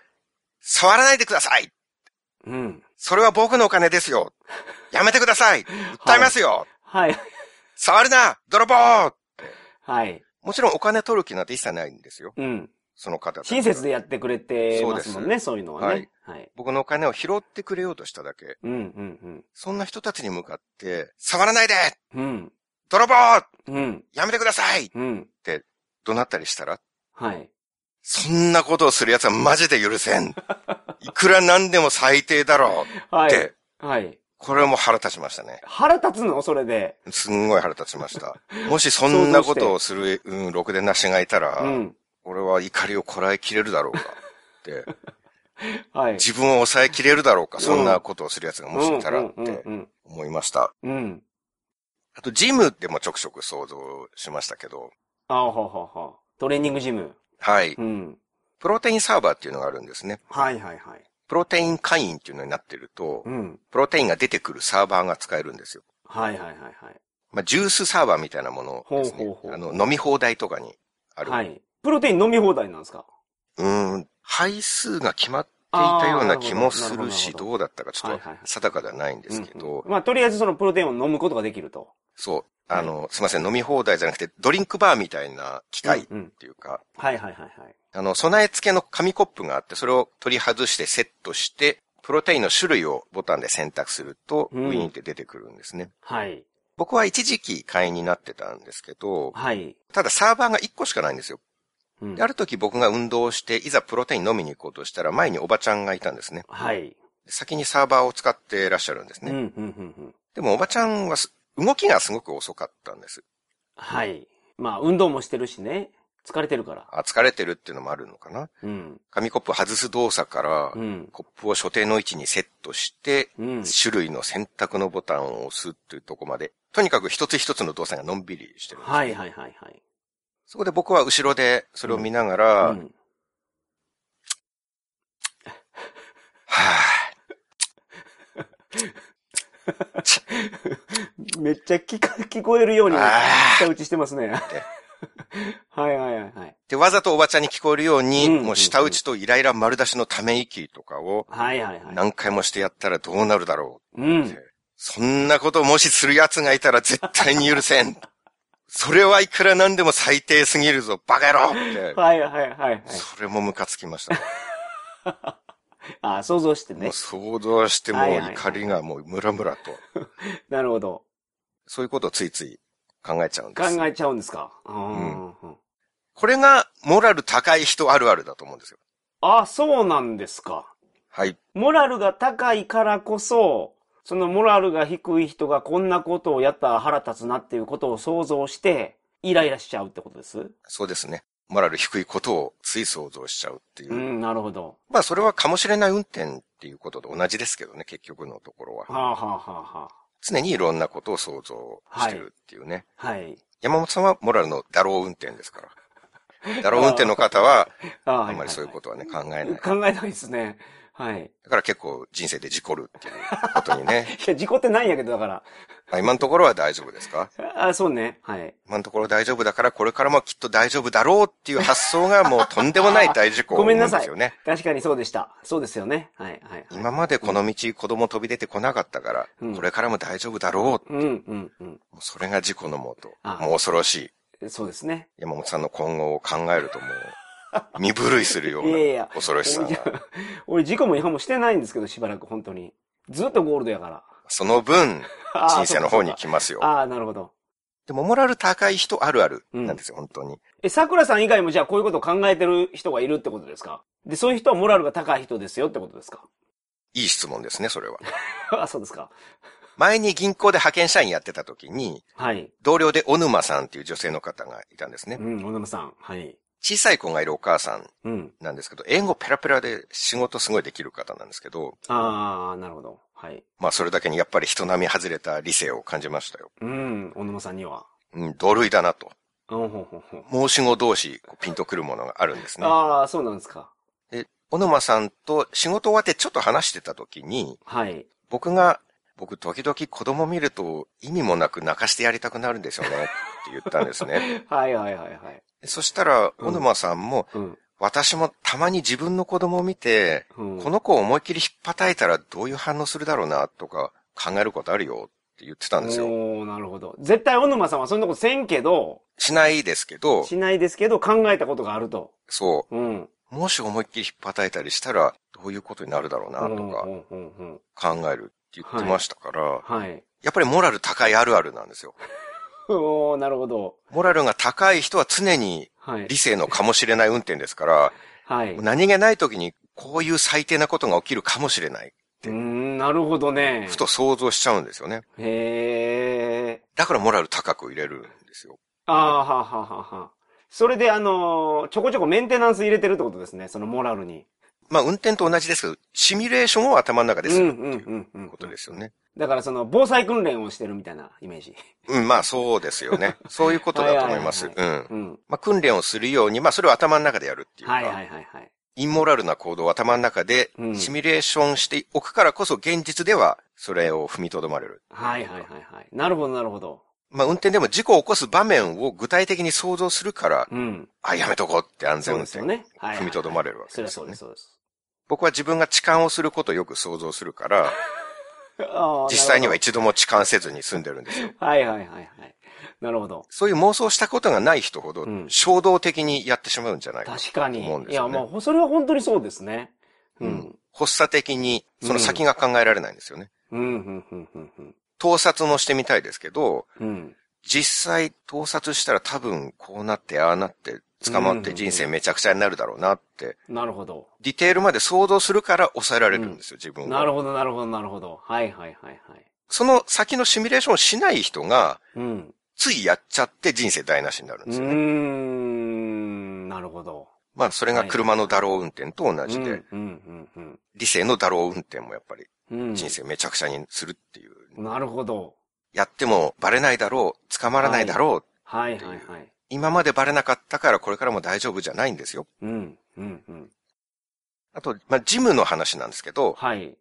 S1: 触らないでください
S2: うん。
S1: それは僕のお金ですよやめてください訴えますよ、
S2: はい。
S1: 触るな泥棒
S2: はい。
S1: もちろんお金取る気なんて一切ないんですよ。
S2: うん。
S1: その方たちが
S2: 親切でやってくれてますもんね、そういうのはね。はい。
S1: 僕のお金を拾ってくれようとしただけ。
S2: うん。うん。
S1: そんな人たちに向かって、触らないで
S2: うん。うん。
S1: 泥棒
S2: うん。
S1: やめてください
S2: うん。
S1: 怒鳴ったりしたら、
S2: はい。
S1: そんなことをする奴はマジで許せ ん。いくらなんでも最低だろう
S2: は
S1: って、
S2: い。はい。
S1: これも腹立ちましたね。
S2: 腹立つのそれで。
S1: すんごい腹立ちま した。もしそんなことをする、うん、ろくでなしがいたら、
S2: うん。
S1: 俺は怒りをこらえきれるだろうか。 って、
S2: はい。
S1: 自分を抑えきれるだろうか、そんなことをする奴がもしいたらっ
S2: うん。
S1: て
S2: うん。
S1: 思いました。
S2: うん。
S1: あと、ジムでもちょくちょく想像しましたけど、
S2: ああ、ほうほうほう。トレーニングジム。
S1: はい。
S2: うん。
S1: プロテインサーバーっていうのがあるんですね。
S2: はいはいはい。
S1: プロテイン会員っていうのになってると
S2: う、ん。
S1: プロテインが出てくるサーバーが使えるんですよ。
S2: はいはいはいはい。
S1: まあ、ジュースサーバーみたいなものですね。
S2: ほうほうほう
S1: あの、飲み放題とかにある。
S2: はい。プロテイン飲み放題なんですか
S1: うーん。配数が決まっていたような気もする
S2: あーなるほどなるほ
S1: し、
S2: ど
S1: どうだったかちょ
S2: は
S1: っ
S2: い
S1: と
S2: はいはい
S1: 定かではないんですけど、
S2: うんまあ、とりあえずそのプロテインを飲むことができると。
S1: そう。あの、すいません、飲み放題じゃなくて、ドリンクバーみたいな機械っ
S2: うんうん。
S1: ていうか、
S2: はいはいはいはい。
S1: あの、備え付けの紙コップがあって、それを取り外してセットして、プロテインの種類をボタンで選択すると、
S2: うん
S1: ウィーンって出てくるんですね。
S2: はい。
S1: 僕は一時期会員になってたんですけど、
S2: はい。
S1: ただサーバーが1個しかないんですよ。
S2: うん
S1: である時僕が運動して、いざプロテイン飲みに行こうとしたら、前におばちゃんがいたんですね。
S2: はい。
S1: 先にサーバーを使ってらっしゃるんです
S2: うん、
S1: ね。
S2: うん、うん、うん。
S1: でもおばちゃんはす動きがすごく遅かったんです。
S2: はい。まあ、運動もしてるしね。疲れてるから。
S1: あ、疲れてるっていうのもあるのかな。
S2: うん。
S1: 紙コップ外す動作から
S2: う、ん。
S1: コップを所定の位置にセットして、
S2: うん。
S1: 種類の選択のボタンを押すっていうとこまで、とにかく一つ一つの動作がのんびりしてるんです。
S2: はい、はい、はい、はい。
S1: そこで僕は後ろでそれを見なが
S2: う
S1: ら、
S2: ん。
S1: は
S2: めっちゃ聞か、聞こえるように、
S1: あー
S2: 下打ちしてますね。 はい、はい、はい、はい。
S1: ぁ。で、わざとおばちゃんに聞こえるように、
S2: うん
S1: もう舌打ちとイライラ丸出しのため息とかを
S2: はい、はい、はい。
S1: 何回もしてやったらどうなるだろ
S2: う
S1: うって。
S2: ん。
S1: そんなこともしする奴がいたら絶対に許 せん。それはいくらなんでも最低すぎるぞ、バカ野郎って。
S2: はい、はい、はい、はい。
S1: それもムカつきましたね。
S2: あー、想像して
S1: も
S2: ね
S1: う。想像しても
S2: は
S1: う
S2: いはいはい
S1: 怒りがもうムラムラと。
S2: なるほど。
S1: そういうことをついつい考えちゃうんで
S2: 考
S1: す。
S2: えちゃうんですか。うん。
S1: これがモラル高い人あるあるだと思うんですよ。
S2: あ、そうなんですか。
S1: はい。
S2: モラルが高いからこそ、そのモラルが低い人がこんなことをやったら腹立つなっていうことを想像して、イライラしちゃうってことです。
S1: そうですね。モラル低いことをつい想像しちゃうっていう。
S2: うん、なるほど。
S1: まあそれはかもしれない運転っていうことと同じですけどね、結局のところは。
S2: はあ、はあはあは
S1: 常にいろんなことを想像してるっていうね。
S2: あ、はい。
S1: 山本さんはモラルのだろう運転です から。だろう運転の方は、
S2: ああ
S1: あんまりそういうことはね、考えない。だ
S2: 考えないですね。はい。
S1: から結構人生で事故るっていうことに ね。
S2: いや、事故ってないんやけど、だか。
S1: まあ今のところは大丈夫ですから
S2: あ、そうね。はい。
S1: 今のところ大丈夫だから、これからもきっと大丈夫だろうっていう発想がもうとんでもない大事故
S2: ごめんなさい
S1: ですよね。
S2: 確かにそうでした。そうですよね。はい、はい。はい
S1: 今までこの道子供飛び出てこなかったから、
S2: うん
S1: これからも大丈夫だろ
S2: うん、うん、
S1: う。それが事故のもと。
S2: あ
S1: もう恐ろしい。
S2: うん。そうですね。
S1: 山本さんの今後を考えるともう、身震いするよ
S2: いやいうや
S1: な恐ろしさ
S2: 俺じゃ
S1: が。
S2: 俺事故も違反もしてないんですけど、しばらく本当に。ずっとゴールドや から。
S1: その分、
S2: あー
S1: 人生の方に来ますよ。
S2: ああ、なるほど。
S1: でも、モラル高い人あるあるなんですよ、本当に。
S2: え、桜さん以外もじゃあこういうことを考えてる人がいるってことですかで、そういう人はモラルが高い人ですよってことですか
S1: いい質問ですね、それは。
S2: あ、そうですか。
S1: 前に銀行で派遣社員やってた時に、
S2: はい。
S1: 同僚で小沼さんっていう女性の方がいたんですね
S2: う。ん、小沼さん。はい。
S1: 小さい子がいるお母さん
S2: うん。
S1: なんですけど、英語ペラペラで仕事すごいできる方なんですけど、
S2: ああ、なるほど。はい。
S1: まあそれだけにやっぱり人並み外れた理性を感じましたよ。
S2: うん、小沼さんには。
S1: うん、同類だなと。
S2: うん、ほんほんほん。
S1: 申し子同士、こうピンとくるものがあるんですね。
S2: ああ、そうなんですか。
S1: で、小沼さんと仕事終わってちょっと話してた時に、
S2: はい。
S1: 僕が、僕時々子供見ると意味もなく泣かしてやりたくなるんですよねって言ったんですね。
S2: はいはいはいはい。
S1: そしたら、
S2: うん
S1: 小沼さんも、
S2: うん。
S1: 私もたまに自分の子供を見て、
S2: うん、
S1: この子を思いっきり引っ叩いたらどういう反応するだろうなとか考えることあるよって言ってたんですよ。
S2: おーなるほど。絶対小沼さんはそんなことせんけど、
S1: しないですけど、
S2: しないですけど考えたことがあると。
S1: そ
S2: うん。
S1: う、もし思いっきり引っ叩いたりしたらどういうことになるだろうな
S2: うん
S1: とか
S2: うんうんうん。
S1: 考えるって言ってましたから、
S2: はい。
S1: やっぱりモラル高いあるあるなんですよ。
S2: おーなるほど。
S1: モラルが高い人は常に
S2: はい
S1: 理。性のかもしれない運転ですから、
S2: はい。
S1: 何気ない時にこういう最低なことが起きるかもしれない。
S2: うーん、なるほどね。
S1: ふと想像しちゃうんですよね。
S2: へえ。
S1: だからモラル高く入れるんですよ。
S2: ああ、はあはあはあはあ。それで、あのーちょこちょこメンテナンス入れてるってことですね、そのモラルに。
S1: まあ運転と同じですけど、シミュレーションを頭の中です
S2: うん
S1: る
S2: うんうんうん。
S1: ことですよね。
S2: だからその、防災訓練をしてるみたいなイメージ。
S1: うん、まあそうですよ ね。そういうことだと思います。
S2: はい
S1: うん。
S2: うん。
S1: まあ訓練をするように、まあそれを頭の中でやるっていうか、
S2: はいはいはいはい。
S1: インモラルな行動を頭の中で
S2: うん
S1: シミュレーションしておくからこそ現実ではそれを踏みとどまれる。
S2: はいはいはいはい。なるほどなるほど。
S1: まあ、運転でも事故を起こす場面を具体的に想像するから、
S2: うん。
S1: あ、やめとこうって安全
S2: そう
S1: 運
S2: です
S1: 転。
S2: よね。はいはいは
S1: 踏
S2: い。
S1: みとどまれるわけ
S2: そり
S1: で
S2: ゃ
S1: す
S2: そ
S1: よ
S2: うで
S1: ね
S2: す、。そうです。
S1: 僕は自分が痴漢をすることをよく想像するから、
S2: ああ
S1: 実際には
S2: なる
S1: 一度も痴漢せずに済んでるんですよ。
S2: ほどはいはいはいはい。なるほど。
S1: そういう妄想したことがない人ほど
S2: うん、
S1: 衝動的にやってしまうんじゃないか。
S2: 確かに。
S1: 思うんで
S2: い
S1: すよ
S2: や、
S1: ね
S2: まあ、それは本当にそうですね。
S1: うん。発作的に、その先が考えられないんですよね。
S2: うん、うん、うん、うん、うん。
S1: 盗撮もしてみたいですけど、
S2: うん。
S1: 実際盗撮したら多分こうなって、ああなって、捕まって人生めちゃくちゃになるだろうなって、
S2: なるほど。
S1: ディテールまで想像するから抑えられるんですよ、自分は。
S2: なるほど、なるほど、なるほど。はいはいはいはい。
S1: その先のシミュレーションをしない人が、
S2: うん。
S1: ついやっちゃって人生台無しになるん
S2: う
S1: で
S2: ー
S1: すよね。
S2: ん、なるほど。
S1: まあ、それが車のだろう運転と同
S2: う
S1: じ
S2: ん、う
S1: で、
S2: ん、うん、
S1: 理性のだろう運転もやっぱり
S2: うん。うん
S1: 人。生めちゃくちゃにするっていう。
S2: なるほど。
S1: やってもバレないだろう、捕まらないだろう、
S2: はいはいはい。
S1: 今までバレなかったからこれからも大丈夫じゃないんですよ。
S2: うん、うん、うん。
S1: あと、まあ、ジムの話なんですけど、
S2: はい。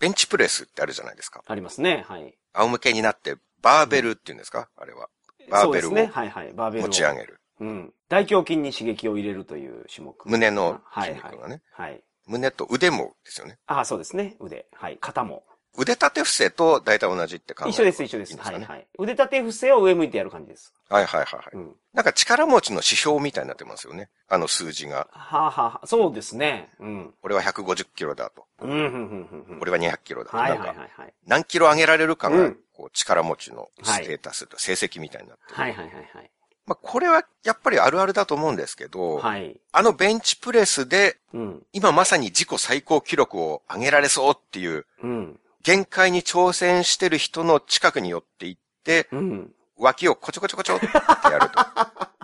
S1: ベンチプレスってあるじゃないですか。
S2: ありますね。はい。
S1: 仰向けになって、バーベルっていうんですか、あれは。バーベルを
S2: そうですね。はいはい。バーベルを。
S1: 持ち上げる。
S2: うん。大胸筋に刺激を入れるという種目。
S1: 胸の
S2: はい
S1: 筋
S2: はい
S1: 肉がね。
S2: はい。
S1: 胸と腕もですよね。
S2: ああ、そうですね。腕。はい。肩も。
S1: 腕立て伏せと大体同じって考え
S2: 一緒です、一緒で
S1: い
S2: す。
S1: いん
S2: は
S1: か
S2: い
S1: ね
S2: はい。腕立て伏せを上向いてやる感じです。
S1: はいはいはいはい。
S2: うん。
S1: なんか力持ちの指標みたいになってますよね。あの数字が。
S2: はあ、はあはあ、そうですね。うん。
S1: 俺は150キロだと。
S2: うん、うん、うん、うんうん。
S1: 俺は200キロだと。
S2: はいはい
S1: な
S2: は
S1: ん
S2: い
S1: か、
S2: はい。
S1: 何キロ上げられるか
S2: う
S1: が
S2: ん、
S1: こう、力持ちのステータスと成績みたいになって。
S2: はいはいはいはい。
S1: まあ、これはやっぱりあるあるだと思うんですけど、
S2: はい。
S1: あのベンチプレスで、
S2: うん。
S1: 今まさに自己最高記録を上げられそうっていう、
S2: うん。
S1: 限界に挑戦してる人の近くに寄って行って、
S2: うん。
S1: 脇をこちょこちょこちょってやると。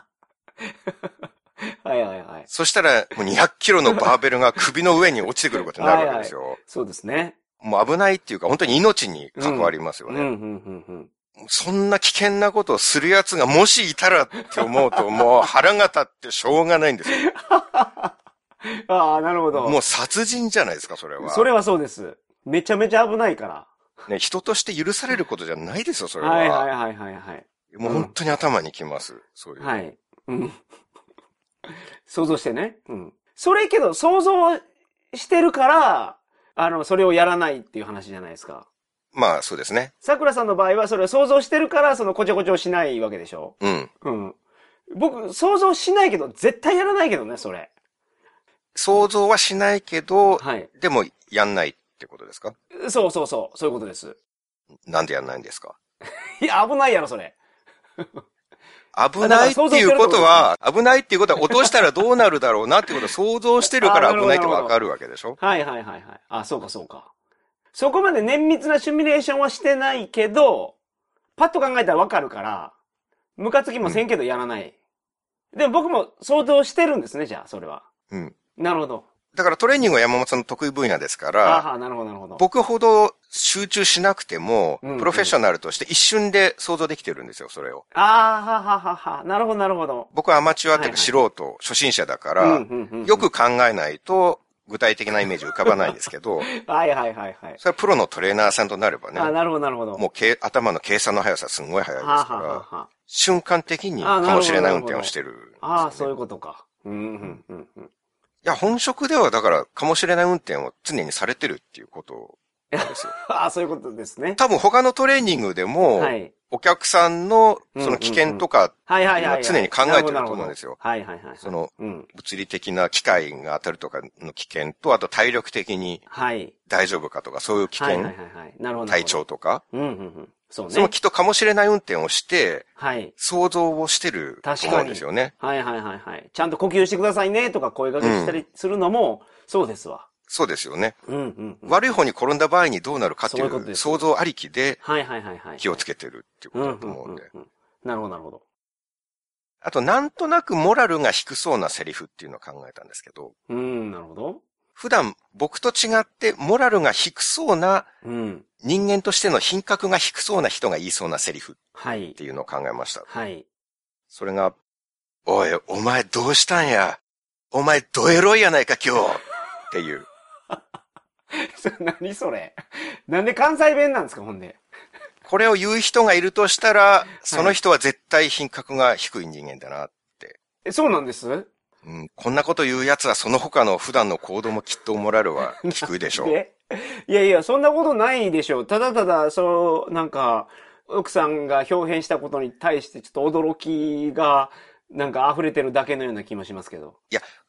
S2: はいはいはい。
S1: そしたら、もう200キロのバーベルが首の上に落ちてくることになるわけですよ。
S2: そうですね。
S1: もう危ないっていうか、本当に命に関わりますよ
S2: うん、
S1: ね。
S2: うん、うん、うん。
S1: そんな危険なことをする奴がもしいたらって思うと、もう腹が立ってしょうがないんですよ。
S2: ああ、なるほど。
S1: もう殺人じゃないですか、それは。
S2: それはそうです。めちゃめちゃ危ないから。
S1: ね、人として許されることじゃないですよ、それは。
S2: はいはいはいはいはい。
S1: もう本当に頭にきます。そういう。
S2: はい。うん。想像してね。うん。それけど、想像してるから、あの、それをやらないっていう話じゃないですか。
S1: まあ、そうですね。
S2: 桜さんの場合は、それを想像してるから、その、こちょこちょしないわけでしょ
S1: うん。
S2: うん。僕、想像しないけど、絶対やらないけどね、それ。
S1: 想像はしないけど、
S2: はい。
S1: でもやんないってことですか
S2: そうそうそう、そういうことです。
S1: なんでやんないんですか
S2: いや、危ないやろ、それ。
S1: 危ないっていうことは、危ないっていうことは落としたらどうなるだろうなっていうことを想像してるか
S2: あ
S1: ら
S2: なる
S1: 危
S2: ほど
S1: ないってわかるわけでしょ
S2: はいはいはいはい。あ、そうかそうか。そこまで綿密なシミュレーションはしてないけど、パッと考えたらわかるから、ムカつきもせんけどやらない。でも僕も想像してるんですね、じゃあ、それは。
S1: うん。
S2: なるほど。
S1: だからトレーニングは山本さんの得意分野ですか
S2: あ
S1: ら、
S2: あ、なるほどなるほど。
S1: 僕ほど集中しなくても、
S2: うんうん
S1: プロフェッショナルとして一瞬で想像できてるんですよ、それを。
S2: ああ、はははは。なるほどなるほど。
S1: 僕はアマチュアっていうか
S2: は
S1: 素
S2: い
S1: 人、初心者だか
S2: うん
S1: ら、
S2: うんうん
S1: よ。く考えないと具体的なイメージ浮かばないんですけ ど、
S2: はいはいはいはい。
S1: それはプロのトレーナーさんとなれば
S2: ああ、
S1: ね、
S2: なるほどなるほど。
S1: もうけ頭の計算の速さすんごい速い
S2: は
S1: で
S2: あは
S1: す
S2: あは
S1: から、
S2: あはあ。
S1: 瞬間的にかもしれない運転をしてるんですよね、
S2: ああ、そういうことか。うんうんうんうん。
S1: いや、本職ではだから、かもしれない運転を常にされてるっていうことなんですよ。
S2: ああ、そういうことですね。
S1: 多分他のトレーニングでも、
S2: はい。
S1: お客さんのその危険とか、
S2: はいはいはいはい。
S1: 常に考えてると思うんですよ
S2: なるほど。なるほどはいはいはいはい。
S1: その
S2: うん。
S1: 物理的な機械が当たるとかの危険と、あと体力的に
S2: はい。
S1: 大丈夫かとか、そういう危
S2: はい
S1: 険、
S2: はいはいはい。なるほど。
S1: 体調。とか、
S2: うんうんうん。そう
S1: その
S2: ね。
S1: きっとかもしれない運転をして、
S2: はい。
S1: 想像をしてると思うんですよね。
S2: はいはいはいはい。ちゃんと呼吸してくださいねとか声掛けしたりするのも、そうですわ。
S1: そうですよね。
S2: うんうんうん。
S1: 悪い方に転んだ場合にどうなるかってい
S2: そういうこと
S1: う
S2: です
S1: 想像ありきで
S2: はいはいはいはい。
S1: 気をつ
S2: け
S1: けてるっていうこと
S2: うんう
S1: だ
S2: ん
S1: と思うんで。
S2: うんうん。なるほどなるほど。
S1: あと、なんとなくモラルが低そうなセリフっていうのを考えたんですけど、
S2: うん、なるほど。
S1: 普段僕と違ってモラルが低そうな
S2: うん。
S1: 人間としての品格が低そうな人が言いそうなセリフ
S2: は
S1: っ
S2: い。
S1: ていうのを考えました。
S2: はい。
S1: それが、おい、お前どうしたんやお前どエロいやないか今日っていう。
S2: それ何それなんで関西弁なんですか、ほんで。
S1: これを言う人がいるとしたら、その人は絶対品格が低い人間だな。
S2: え、そうなんです
S1: うん、こんなこと言う奴はその他の普段の行動もきっとモラルは低いでしょう。
S2: でいやいや、そんなことないでしょう。ただただ、そう、なんか、奥さんが表現したことに対してちょっと驚きがなんか溢れてるだけのような気もしますけど。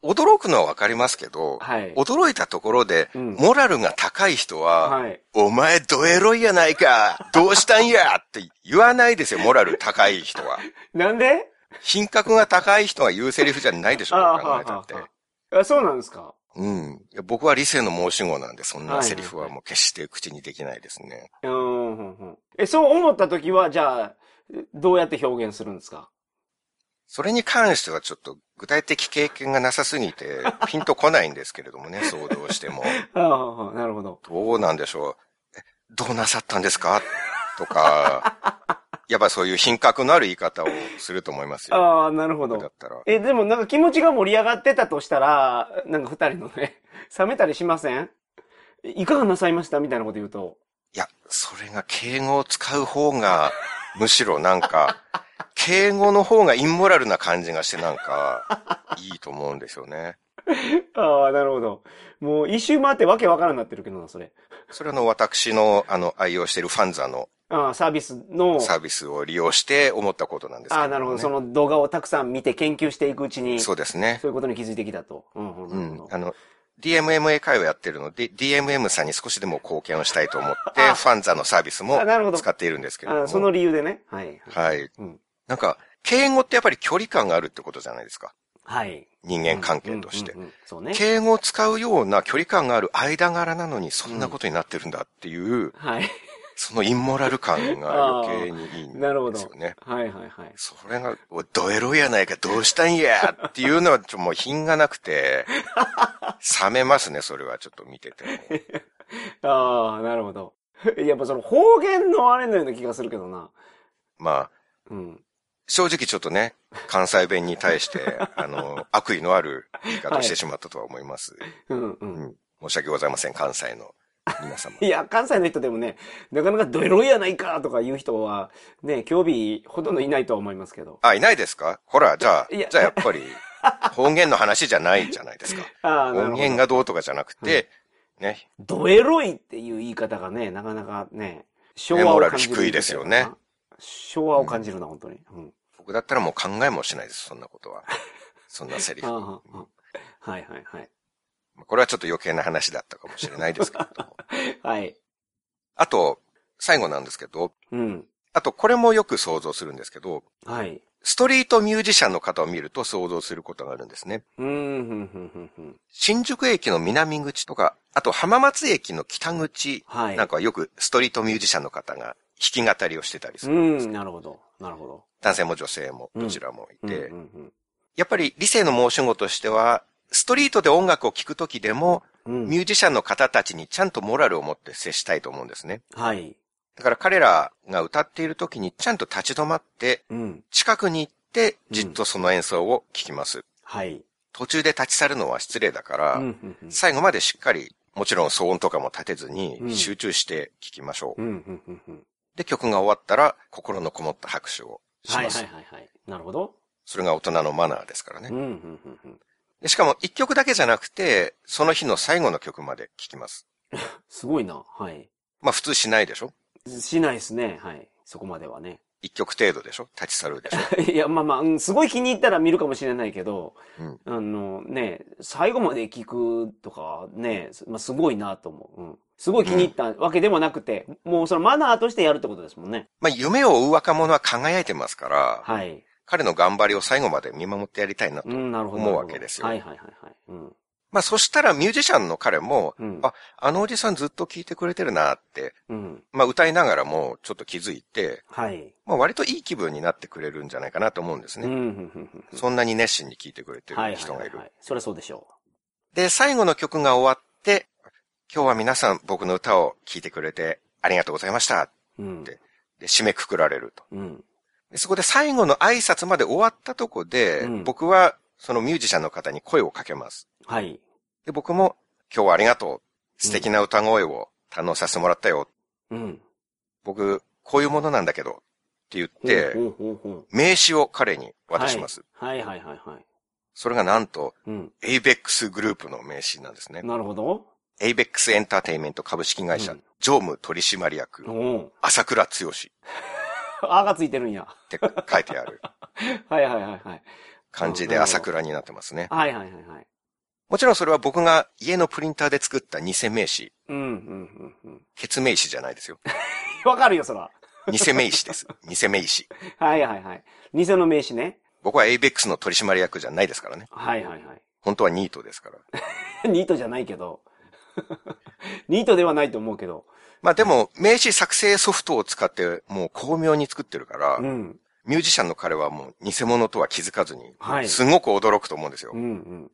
S1: 驚くのはわかりますけど、
S2: はい。
S1: 驚いたところで、
S2: うん
S1: モラルが高い人は、
S2: はい。
S1: お前ドエロいやないかどうしたんやって言わないですよ、モラル高い人は。
S2: なんで
S1: 品格が高い人が言うセリフじゃないでしょ、
S2: あ
S1: ど
S2: あ
S1: う考えたって。
S2: ああそうなんですか
S1: うん。いや僕は理性の申し子なんで、そん
S2: はい
S1: な
S2: はい
S1: セリフはもう決して口にできないですね。
S2: うんうんうん。え、そう思った時は、じゃあ、どうやって表現するんですか
S1: それに関してはちょっと具体的経験がなさすぎて、ピンとこないんですけれども ね、想像しても。
S2: ああ、なるほど。
S1: どうなんでしょう。えどうなさったんですかとか、 やっぱそういう品格のある言い方をすると思いますよ。
S2: ああ、なるほ
S1: 僕だ
S2: ど
S1: っ。たら。
S2: え、でもなんか気持ちが盛り上がってたとしたら、なんか二人のね、冷めたりしませんいかがなさいましたみたいなこと言うと。
S1: いや、それが敬語を使う方が、むしろなん か、敬語の方がインモラルな感じがしてなんか、いいと思うんですよね。
S2: ああ、なるほど。もう一周回ってわけわからんなってるけどな、それ。
S1: それはあの私のあの愛用しているファンザの
S2: ああ、サービスの、
S1: サービスを利用して思ったことなんですけど、
S2: あ
S1: ね。
S2: あ、なるほど。その動画をたくさん見て研究していくうちに、そ
S1: そうですね。
S2: ういうことに気づいてきたと。うん、うん、
S1: う
S2: なる
S1: ん
S2: ほ。ど
S1: あの、DMMA 会をやってるので、DMM さんに少しでも貢献をしたいと思って、
S2: あ
S1: ファンザのサービスも
S2: あなるほど
S1: 使っているんですけれど
S2: あ
S1: も。
S2: あその理由でね。はい。
S1: はい。
S2: うん
S1: なんか、敬語ってやっぱり距離感があるってことじゃないですか。
S2: はい。
S1: 人間関係として
S2: うん。うんうんそうね。
S1: 敬語を使うような距離感がある間柄なのに、そんなことになってるんだっていう、
S2: はい。
S1: そのインモラル感が余計にいいん
S2: なるほ
S1: で
S2: ど
S1: すよね。。
S2: はいはいはい。
S1: それが、おいドエロやないか、どうしたんやっていうのは、ちょっともう品がなくて、冷めますね、それはちょっと見てても。
S2: ああ、なるほど。 やっぱその方言のあれのような気がするけどな。
S1: まあ、
S2: うん。
S1: 正直ちょっとね、関西弁に対 して、あの、悪意のある言い方をしてしまったとは思います。
S2: うんうん。
S1: 申し訳ございません、関西の皆様。
S2: いや、関西の人でもね、なかなかドエロいやないかとか言う人は、ね、興味ほとんどいないとは思いますけど。
S1: あ、いないですかほら、じゃあ、
S2: いや
S1: じゃあやっぱり、方言の話じゃないじゃないですか。
S2: ああ、なる
S1: 方
S2: ほ
S1: 言
S2: ど。
S1: がどうとかじゃなくて、ね、
S2: ドエロいっていう言い方がね、なかなかね、昭和を感じる。
S1: ねモラル低いですよね。
S2: 昭和を感じるな、本当に。うん。
S1: 僕だったらもう考えもしないです、そんなことは。そんなセリ
S2: あ
S1: フ。
S2: あああはいはいはい。
S1: これはちょっと余計な話だったかもしれないですけれども。
S2: はい。
S1: あと、最後なんですけど、
S2: うん。
S1: あとこれもよく想像するんですけど、
S2: はい。
S1: ストリートミュージシャンの方を見ると想像することがあるんですね。
S2: うーん、ふんふんふんふん。
S1: 新宿駅の南口とか、あと浜松駅の北口
S2: はい。
S1: なんかはよくストリートミュージシャンの方が弾き語りをしてたりす
S2: う
S1: る。
S2: ん、なるほど。なるほど。
S1: 男性も女性もどちらもいて、
S2: うんうん
S1: やっぱり理性の申し子としては、ストリートで音楽を聴くときでも、
S2: うんう
S1: ミ
S2: ん。
S1: ュージシャンの方たちにちゃんとモラルを持って接したいと思うんですね。
S2: はい。
S1: だから彼らが歌っている時にちゃんと立ち止まって、
S2: うん。
S1: 近くに行って、じっとその演奏を聴きます。
S2: はい。
S1: 途中で立ち去るのは失礼だから、
S2: うんうんうん
S1: 最後までしっかり、もちろん騒音とかも立てず
S2: う
S1: に
S2: ん
S1: 集中して聴きましょう。
S2: うんうんうんうん。
S1: で、曲が終わったら、心のこもった拍手をしま
S2: はいはい
S1: す。
S2: はいはい。なるほど。
S1: それが大人のマナーですからね
S2: うん、。うん、うんうん。
S1: でしかも一曲だけじゃなくて、その日の最後の曲まで聴きます。
S2: すごいな。はい。
S1: まあ普通しないでしょ
S2: しないですね。はい。そこまではね。
S1: 一曲程度でしょ立ち去るでしょ
S2: いや、まあまあ、うんすごい気に入ったら見るかもしれないけど、
S1: うん
S2: あのね、最後まで聞くとかね、すまあ、すごいなと思う。うん。すごい気に入ったわけでもなくて、もうそのマナーとしてやるってことですもんね。
S1: まあ夢を追う若者は輝いてますから、
S2: はい。
S1: 彼の頑張りを最後まで見守ってやりたいなと。
S2: うん、なるほど。
S1: 思う
S2: なるほ
S1: わ
S2: ど
S1: けですよ
S2: はいはいはいはい。うん。
S1: まあそしたらミュージシャンの彼も、
S2: うん。
S1: ああのおじさんずっと聴いてくれてるなって、
S2: うん。
S1: まあ歌いながらもちょっと気づいて、
S2: はい。
S1: まあ割といい気分になってくれるんじゃないかなと思うんです
S2: うん、う
S1: ね。
S2: ん、うんうん。
S1: そんなに熱心に聴いてくれて
S2: はい
S1: る人がいる
S2: は。いはいはい。そりゃそうでしょ
S1: で、最後の曲が終わって、今日は皆さん僕の歌を聴いてくれてありがとうございました。
S2: う。うん。
S1: でで、締めくくられると。
S2: うん。
S1: でそこで最後の挨拶まで終わったとこで、
S2: うん
S1: 僕はそのミュージシャンの方に声をかけます。
S2: はい。
S1: で、僕も今日はありがとう。素敵な歌声を堪能させてもらったよ。
S2: うん。
S1: 僕、こういうものなんだけど。って言って、
S2: ほうほうほうほ
S1: 名刺を彼に
S2: う
S1: 渡します。。
S2: はいはいはいはいはい。
S1: それがなんと、
S2: うん。
S1: エイベックスグループの名刺なんですね。
S2: なるほど。
S1: エイベックスエンターテインメント株式会社、
S2: うん
S1: 常務取締役
S2: お、う
S1: 朝倉剛。
S2: あがついてるんや。
S1: って書いてある
S2: はいはいはいはい。
S1: 感 じで朝倉になってますね。
S2: はいはいはいはい。
S1: もちろんそれは僕が家のプリンターで作った偽名詞、
S2: うんうんうんうん。
S1: 血名詞じゃないです よ。
S2: わかるよ、そら。
S1: 偽名詞です。偽名詞。
S2: はいはいはい。偽の名刺ね。
S1: 僕は ABEX の取締役じゃないですからね。
S2: はいはいはい。
S1: 本当はニートですから。
S2: ニートじゃないけど。 ニートではないと思うけど。
S1: まあでも、名詞作成ソフトを使ってもう巧妙に作ってるから、
S2: うん。
S1: ミュージシャンの彼はもう偽物とは気づかずに、
S2: はい
S1: すごく驚くと思うんですよ
S2: う。ん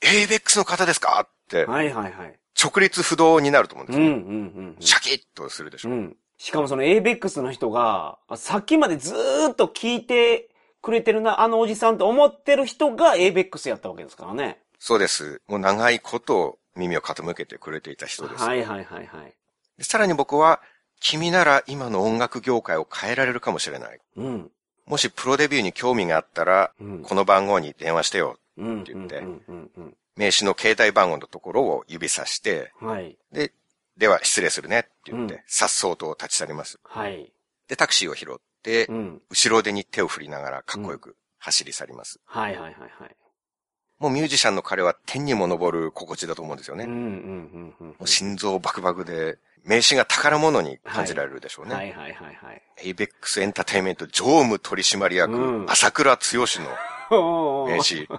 S1: ABEX の方ですかって
S2: うん。、はいはいはい。
S1: 直立不動になると思うんで
S2: う
S1: す
S2: んうん
S1: よ。
S2: うん
S1: シャキッとするでし
S2: う
S1: ょ。
S2: ん。うん。しかもその ABEX の人が、あさっきまでずーっと聞いてくれてるな、あのおじさんと思ってる人が ABEX やったわけですからね。
S1: そうです。もう長いこと耳を傾けてくれていた人です。
S2: はいはいはいはい。
S1: でさらに僕は、君なら今の音楽業界を変えられるかもしれない。
S2: うん。
S1: もしプロデビューに興味があったら、
S2: うん。
S1: この番号に電話してよ。
S2: うん。
S1: って言って
S2: うんうんうん
S1: 名刺の携帯番号のところを指さして、
S2: うん。はい。
S1: で、では失礼するねって言っ
S2: うん
S1: て、さっそうと立ち去ります。
S2: はい。
S1: で、タクシーを拾って
S2: う、ん。
S1: 後ろ手に手を振りながらかっこよく走り去ります。
S2: はいはいはいはい。
S1: もうミュージシャンの彼は天にも昇る心地だと思うんですよね。
S2: うんう
S1: も
S2: んうんうん。
S1: う心臓バクバクで、名刺が宝物に感じられるでしょうね。
S2: はいはいはいはい。
S1: エイベックスエンターテインメント常務取締役、
S2: うん
S1: 朝倉剛の
S2: お
S1: 名
S2: ー
S1: 刺、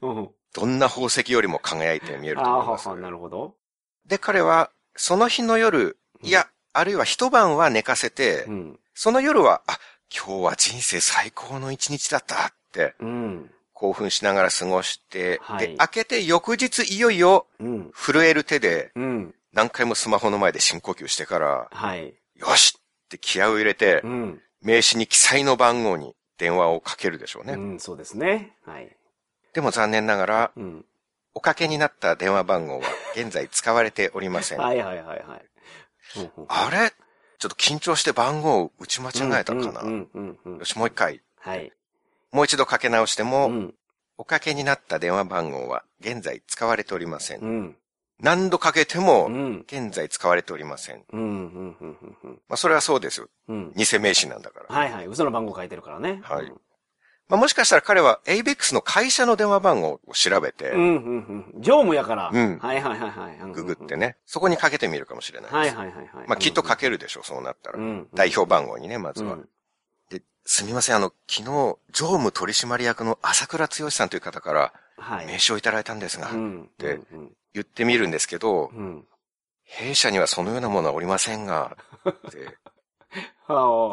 S2: うん。
S1: どんな宝石よりも輝いて見えると
S2: あ
S1: 思い
S2: あ、
S1: ま
S2: は
S1: す
S2: は、。なるほど。
S1: で、彼は、その日の夜、いや、あるいは一晩は寝かせて、
S2: うん。
S1: その夜は、あ、今日は人生最高の一日だったって、
S2: うん。
S1: 興奮しながら過ごして、
S2: はい
S1: で、明けて翌日いよいよ、
S2: うん。
S1: 震える手で、
S2: うん。
S1: 何回もスマホの前で深呼吸してから、
S2: はい。
S1: よしって気合を入れて
S2: う、ん。
S1: 名刺に記載の番号に電話をかけるでしょうね。
S2: うん、そうですね。はい。
S1: でも残念ながら、
S2: うん。
S1: おかけになった電話番号は現在使われておりません。
S2: はいはいはいはい。うんうん
S1: あれちょっと緊張して番号を打ち間違えたかな、
S2: うんうんうんうん
S1: よ。し、もう一回。
S2: はい。
S1: もう一度かけ直しても、
S2: うん。
S1: おかけになった電話番号は現在使われておりません。
S2: うん。
S1: 何度かけて
S2: う
S1: も、
S2: ん。
S1: 現在使われておりません。
S2: うん。うん。うんうんうん。
S1: まあ、それはそうですよ。
S2: うん。
S1: 偽名詞なんだから。
S2: はいはい。嘘の番号書いてるからね。
S1: はいまあ、もしかしたら彼は ABEX の会社の電話番号を調べて
S2: う、んうんうん。常務やから。
S1: うん
S2: はいはいはいはいうん。
S1: ググってね、そこにかけてみるかもしれないです。
S2: はいはいはいはい。
S1: まあ、きっとかけるでしょう、そうなったら。
S2: うん。
S1: 代表番号にね、まずは。
S2: うん
S1: で、すみません、あの、昨日、常務取締役の朝倉剛さんという方から
S2: はい。
S1: 名刺をいただいたんですが、
S2: うん。
S1: て
S2: うん
S1: 言ってみるんですけど
S2: う、ん。
S1: 弊社にはそのようなものはおりませんが、って
S2: はあ。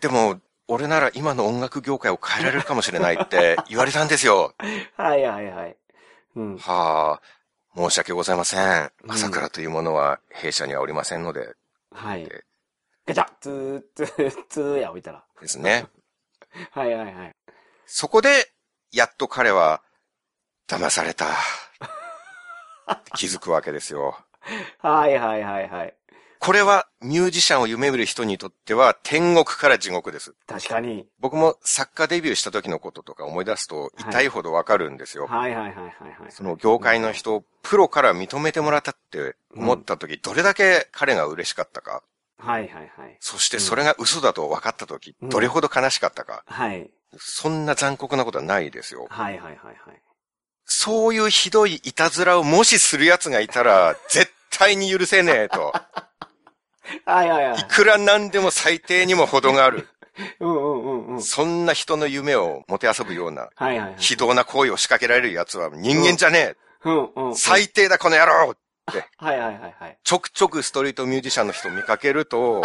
S1: でも、俺なら今の音楽業界を変えられるかもしれないって言われたんですよ。
S2: はいはいはい。うん。
S1: はあ、申し訳ございません。
S2: うん
S1: 朝倉というものは弊社にはおりませんので、
S2: はい
S1: で。
S2: ガチャツー、ツー、ツーや、置いたら。
S1: ですね。
S2: はいはいはい。
S1: そこで、やっと彼は、騙さ れた。って気づくわけですよ。
S2: はいはいはいはい。
S1: これはミュージシャンを夢見る人にとっては天国から地獄です。
S2: 確かに。
S1: 僕も作家デビューした時のこととか思い出すと
S2: はい
S1: 痛いほどわかるんですよ。
S2: はいはいはいはいはい。
S1: その業界の人をプロから認めてもらったって思った時、どれだけ彼が嬉しかったか、
S2: はいはいはい。
S1: そしてそれが嘘だと分かった時、どれほど悲しかったか、
S2: はい。
S1: そんな残酷なことはないですよ。
S2: はいはいはいはい。
S1: そういうひどいいたずらをもしする奴がいた ら、絶対に許せねえと。
S2: はいはいはい
S1: い。くらなんでも最低にも程がある。
S2: うんうんうんうん。
S1: そんな人の夢をもてあそぶような、
S2: はいはいはい。
S1: 非道な行為を仕掛けられる奴は人間じゃね
S2: うんうんうん。
S1: え最低だこの野郎
S2: はいはいはいはい。
S1: ちょくちょくストリートミュージシャンの人を見かける と、も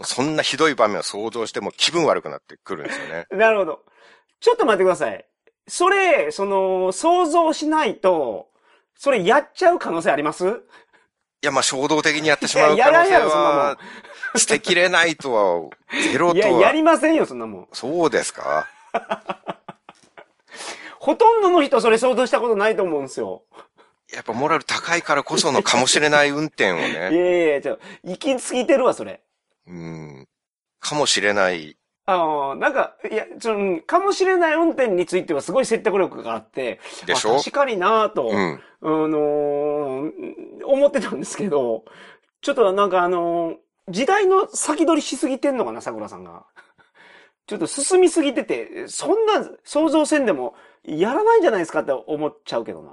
S1: うそんなひどい場面を想像しても気分悪くなってくるんですよね。
S2: なるほど。ちょっと待ってください。それ、その、想像しないと、それやっちゃう可能性あります
S1: いや、まあ衝動的にやってしまう
S2: いや
S1: 可能
S2: やらん
S1: 性
S2: やろそんなもん
S1: は、捨てきれないとは、ゼロ
S2: い
S1: と
S2: や、や
S1: は。
S2: りませんよ、そんなもん。
S1: そうですか
S2: ほとんどの人それ想像したことないと思うんですよ。
S1: やっぱモラル高いからこそのかもしれない運転を
S2: い
S1: ね、
S2: やいやいや、ちょ、行き過ぎてるわ、それ。
S1: うん、かもしれない。
S2: あの、なんか、いや、ちょ、うんかもしれない運転についてはすごい説得力があって、
S1: でし
S2: あ
S1: ょ
S2: 確かになぁと、
S1: うん。
S2: あのー思ってたんですけど、ちょっとなんかあのー時代の先取りしすぎてんのかな、桜さんが。ちょっと進みすぎてて、そんな想像せんでもやらないんじゃないですかって思っちゃうけどな。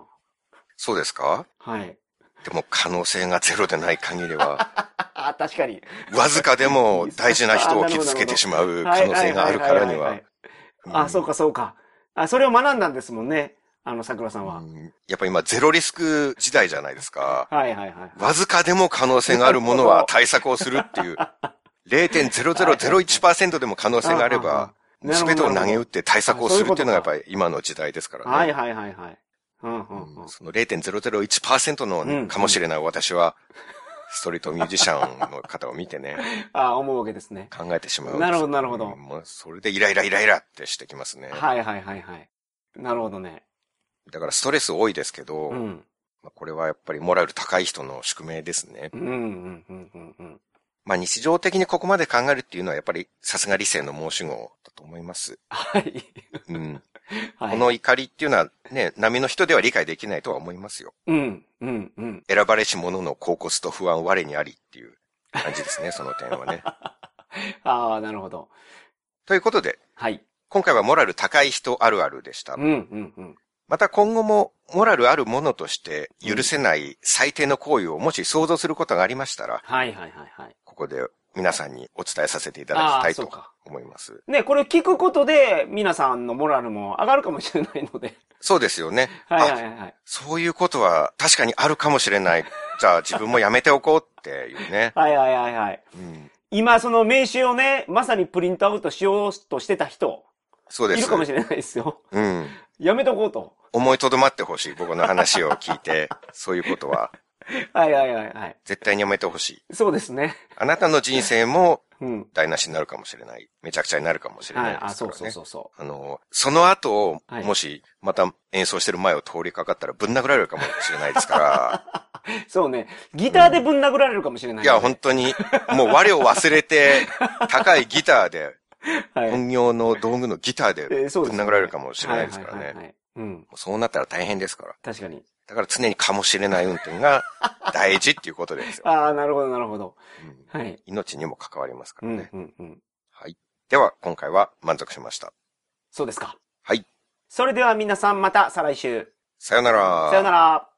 S1: そうですか
S2: はい。
S1: でも可能性がゼロでない限り は、
S2: あ、確かに。
S1: わずかでも大事な人を傷つけてしまう可能性があるからに
S2: いい。
S1: はい
S2: いはい。あ、そう
S1: か。
S2: かそうか。あ、それを学んだんですもんね。あの、桜さんは。
S1: うんやっぱ今ゼロリスク時代じゃないですか。
S2: はいはいはい。
S1: わずかでも可能性があるものは対策をするっていう。0.0001%でも可能性があれば、
S2: なるほど
S1: 全てを投げ打って対策をするっていうのがやっぱり今の時代ですからね。
S2: はいはいはいはい。うんうんうん
S1: うん。その0.001%のかもしれない私は、ストリートミュージシャンの方を見てね、
S2: あ、思うわけですね。
S1: 考えてしまうんです
S2: なるほどなるほど
S1: もうそれでイライライライラってしてきますね。
S2: はいはいはいはい。なるほどね。
S1: だからストレス多いですけど、
S2: うん。
S1: まあこれはやっぱりモラル高い人の宿命ですね。
S2: うんうんうんうんうん。
S1: まあ日常的にここまで考えるっていうのはやっぱりさすが理性の申し子だと思います。
S2: はい。
S1: うん。
S2: は
S1: こ
S2: い。
S1: の怒りっていうのはね、波の人では理解できないとは思いますよ。
S2: うんうんうん。
S1: 選ばれし者の高骨と不安我にありっていう感じ ですね、その点はね。
S2: ああ、なるほど。
S1: ということで、
S2: はい。
S1: 今回はモラル高い人あるあるでした
S2: う。んうんうん。
S1: また今後もモラルあるものとして許せない最低の行為をもし想像することがありましたら、
S2: はいはいはいはい。
S1: ここで皆さんにお伝えさせていただき
S2: ああ
S1: た
S2: ー、
S1: い
S2: そう
S1: と
S2: か。
S1: 思います。
S2: ね、これを聞くことで、皆さんのモラルも上がるかもしれないので。
S1: そうですよね。
S2: はい は
S1: あ、
S2: いはい。。
S1: そういうことは確かにあるかもしれない。じゃあ自分もやめておこうっていうね
S2: はいはいはいはい。
S1: うん、
S2: 今、その名刺をね、まさにプリントアウトしようとしてた人、
S1: そうで
S2: い
S1: す。
S2: るかもしれないですよ。
S1: うん。
S2: やめとこうと。
S1: 思いとどまってほしい。僕の話を聞いて、そういうことは
S2: はいはいはいはい。
S1: 絶対にやめてほしい。
S2: そうですね。
S1: あなたの人生も
S2: うん。
S1: 台無しになるかもしれない。めちゃくちゃになるかもしれ
S2: は
S1: ない
S2: い。
S1: で
S2: あ、
S1: すか
S2: そ
S1: ら
S2: う
S1: ね。
S2: そうそうそう。
S1: あの、その後、
S2: はい
S1: もし、また演奏してる前を通りかかったらぶん殴られるかもしれないです から、
S2: そうね。ギターでぶん殴られるかもしれない。
S1: いや、本当に、もう我を忘れて、高いギターで、
S2: はい。
S1: 本業の道具のギターで
S2: え
S1: ぶん
S2: ーそうですね
S1: 殴られるかもしれないですから
S2: はいはいは
S1: ね。
S2: いはい。うん。
S1: そうなったら大変ですから。
S2: 確かに。
S1: だから常にかもしれない運転 が大事っていうことですよ。
S2: ああ、なるほど、なるほど。
S1: うん
S2: はい。
S1: 命にも関わりますか
S2: う
S1: ら
S2: ん、
S1: ね。
S2: うん、うん。
S1: はい。では、今回は満足しました。
S2: そうですか。
S1: はい。
S2: それでは皆さんまた再来週。
S1: さよなら。
S2: さよなら。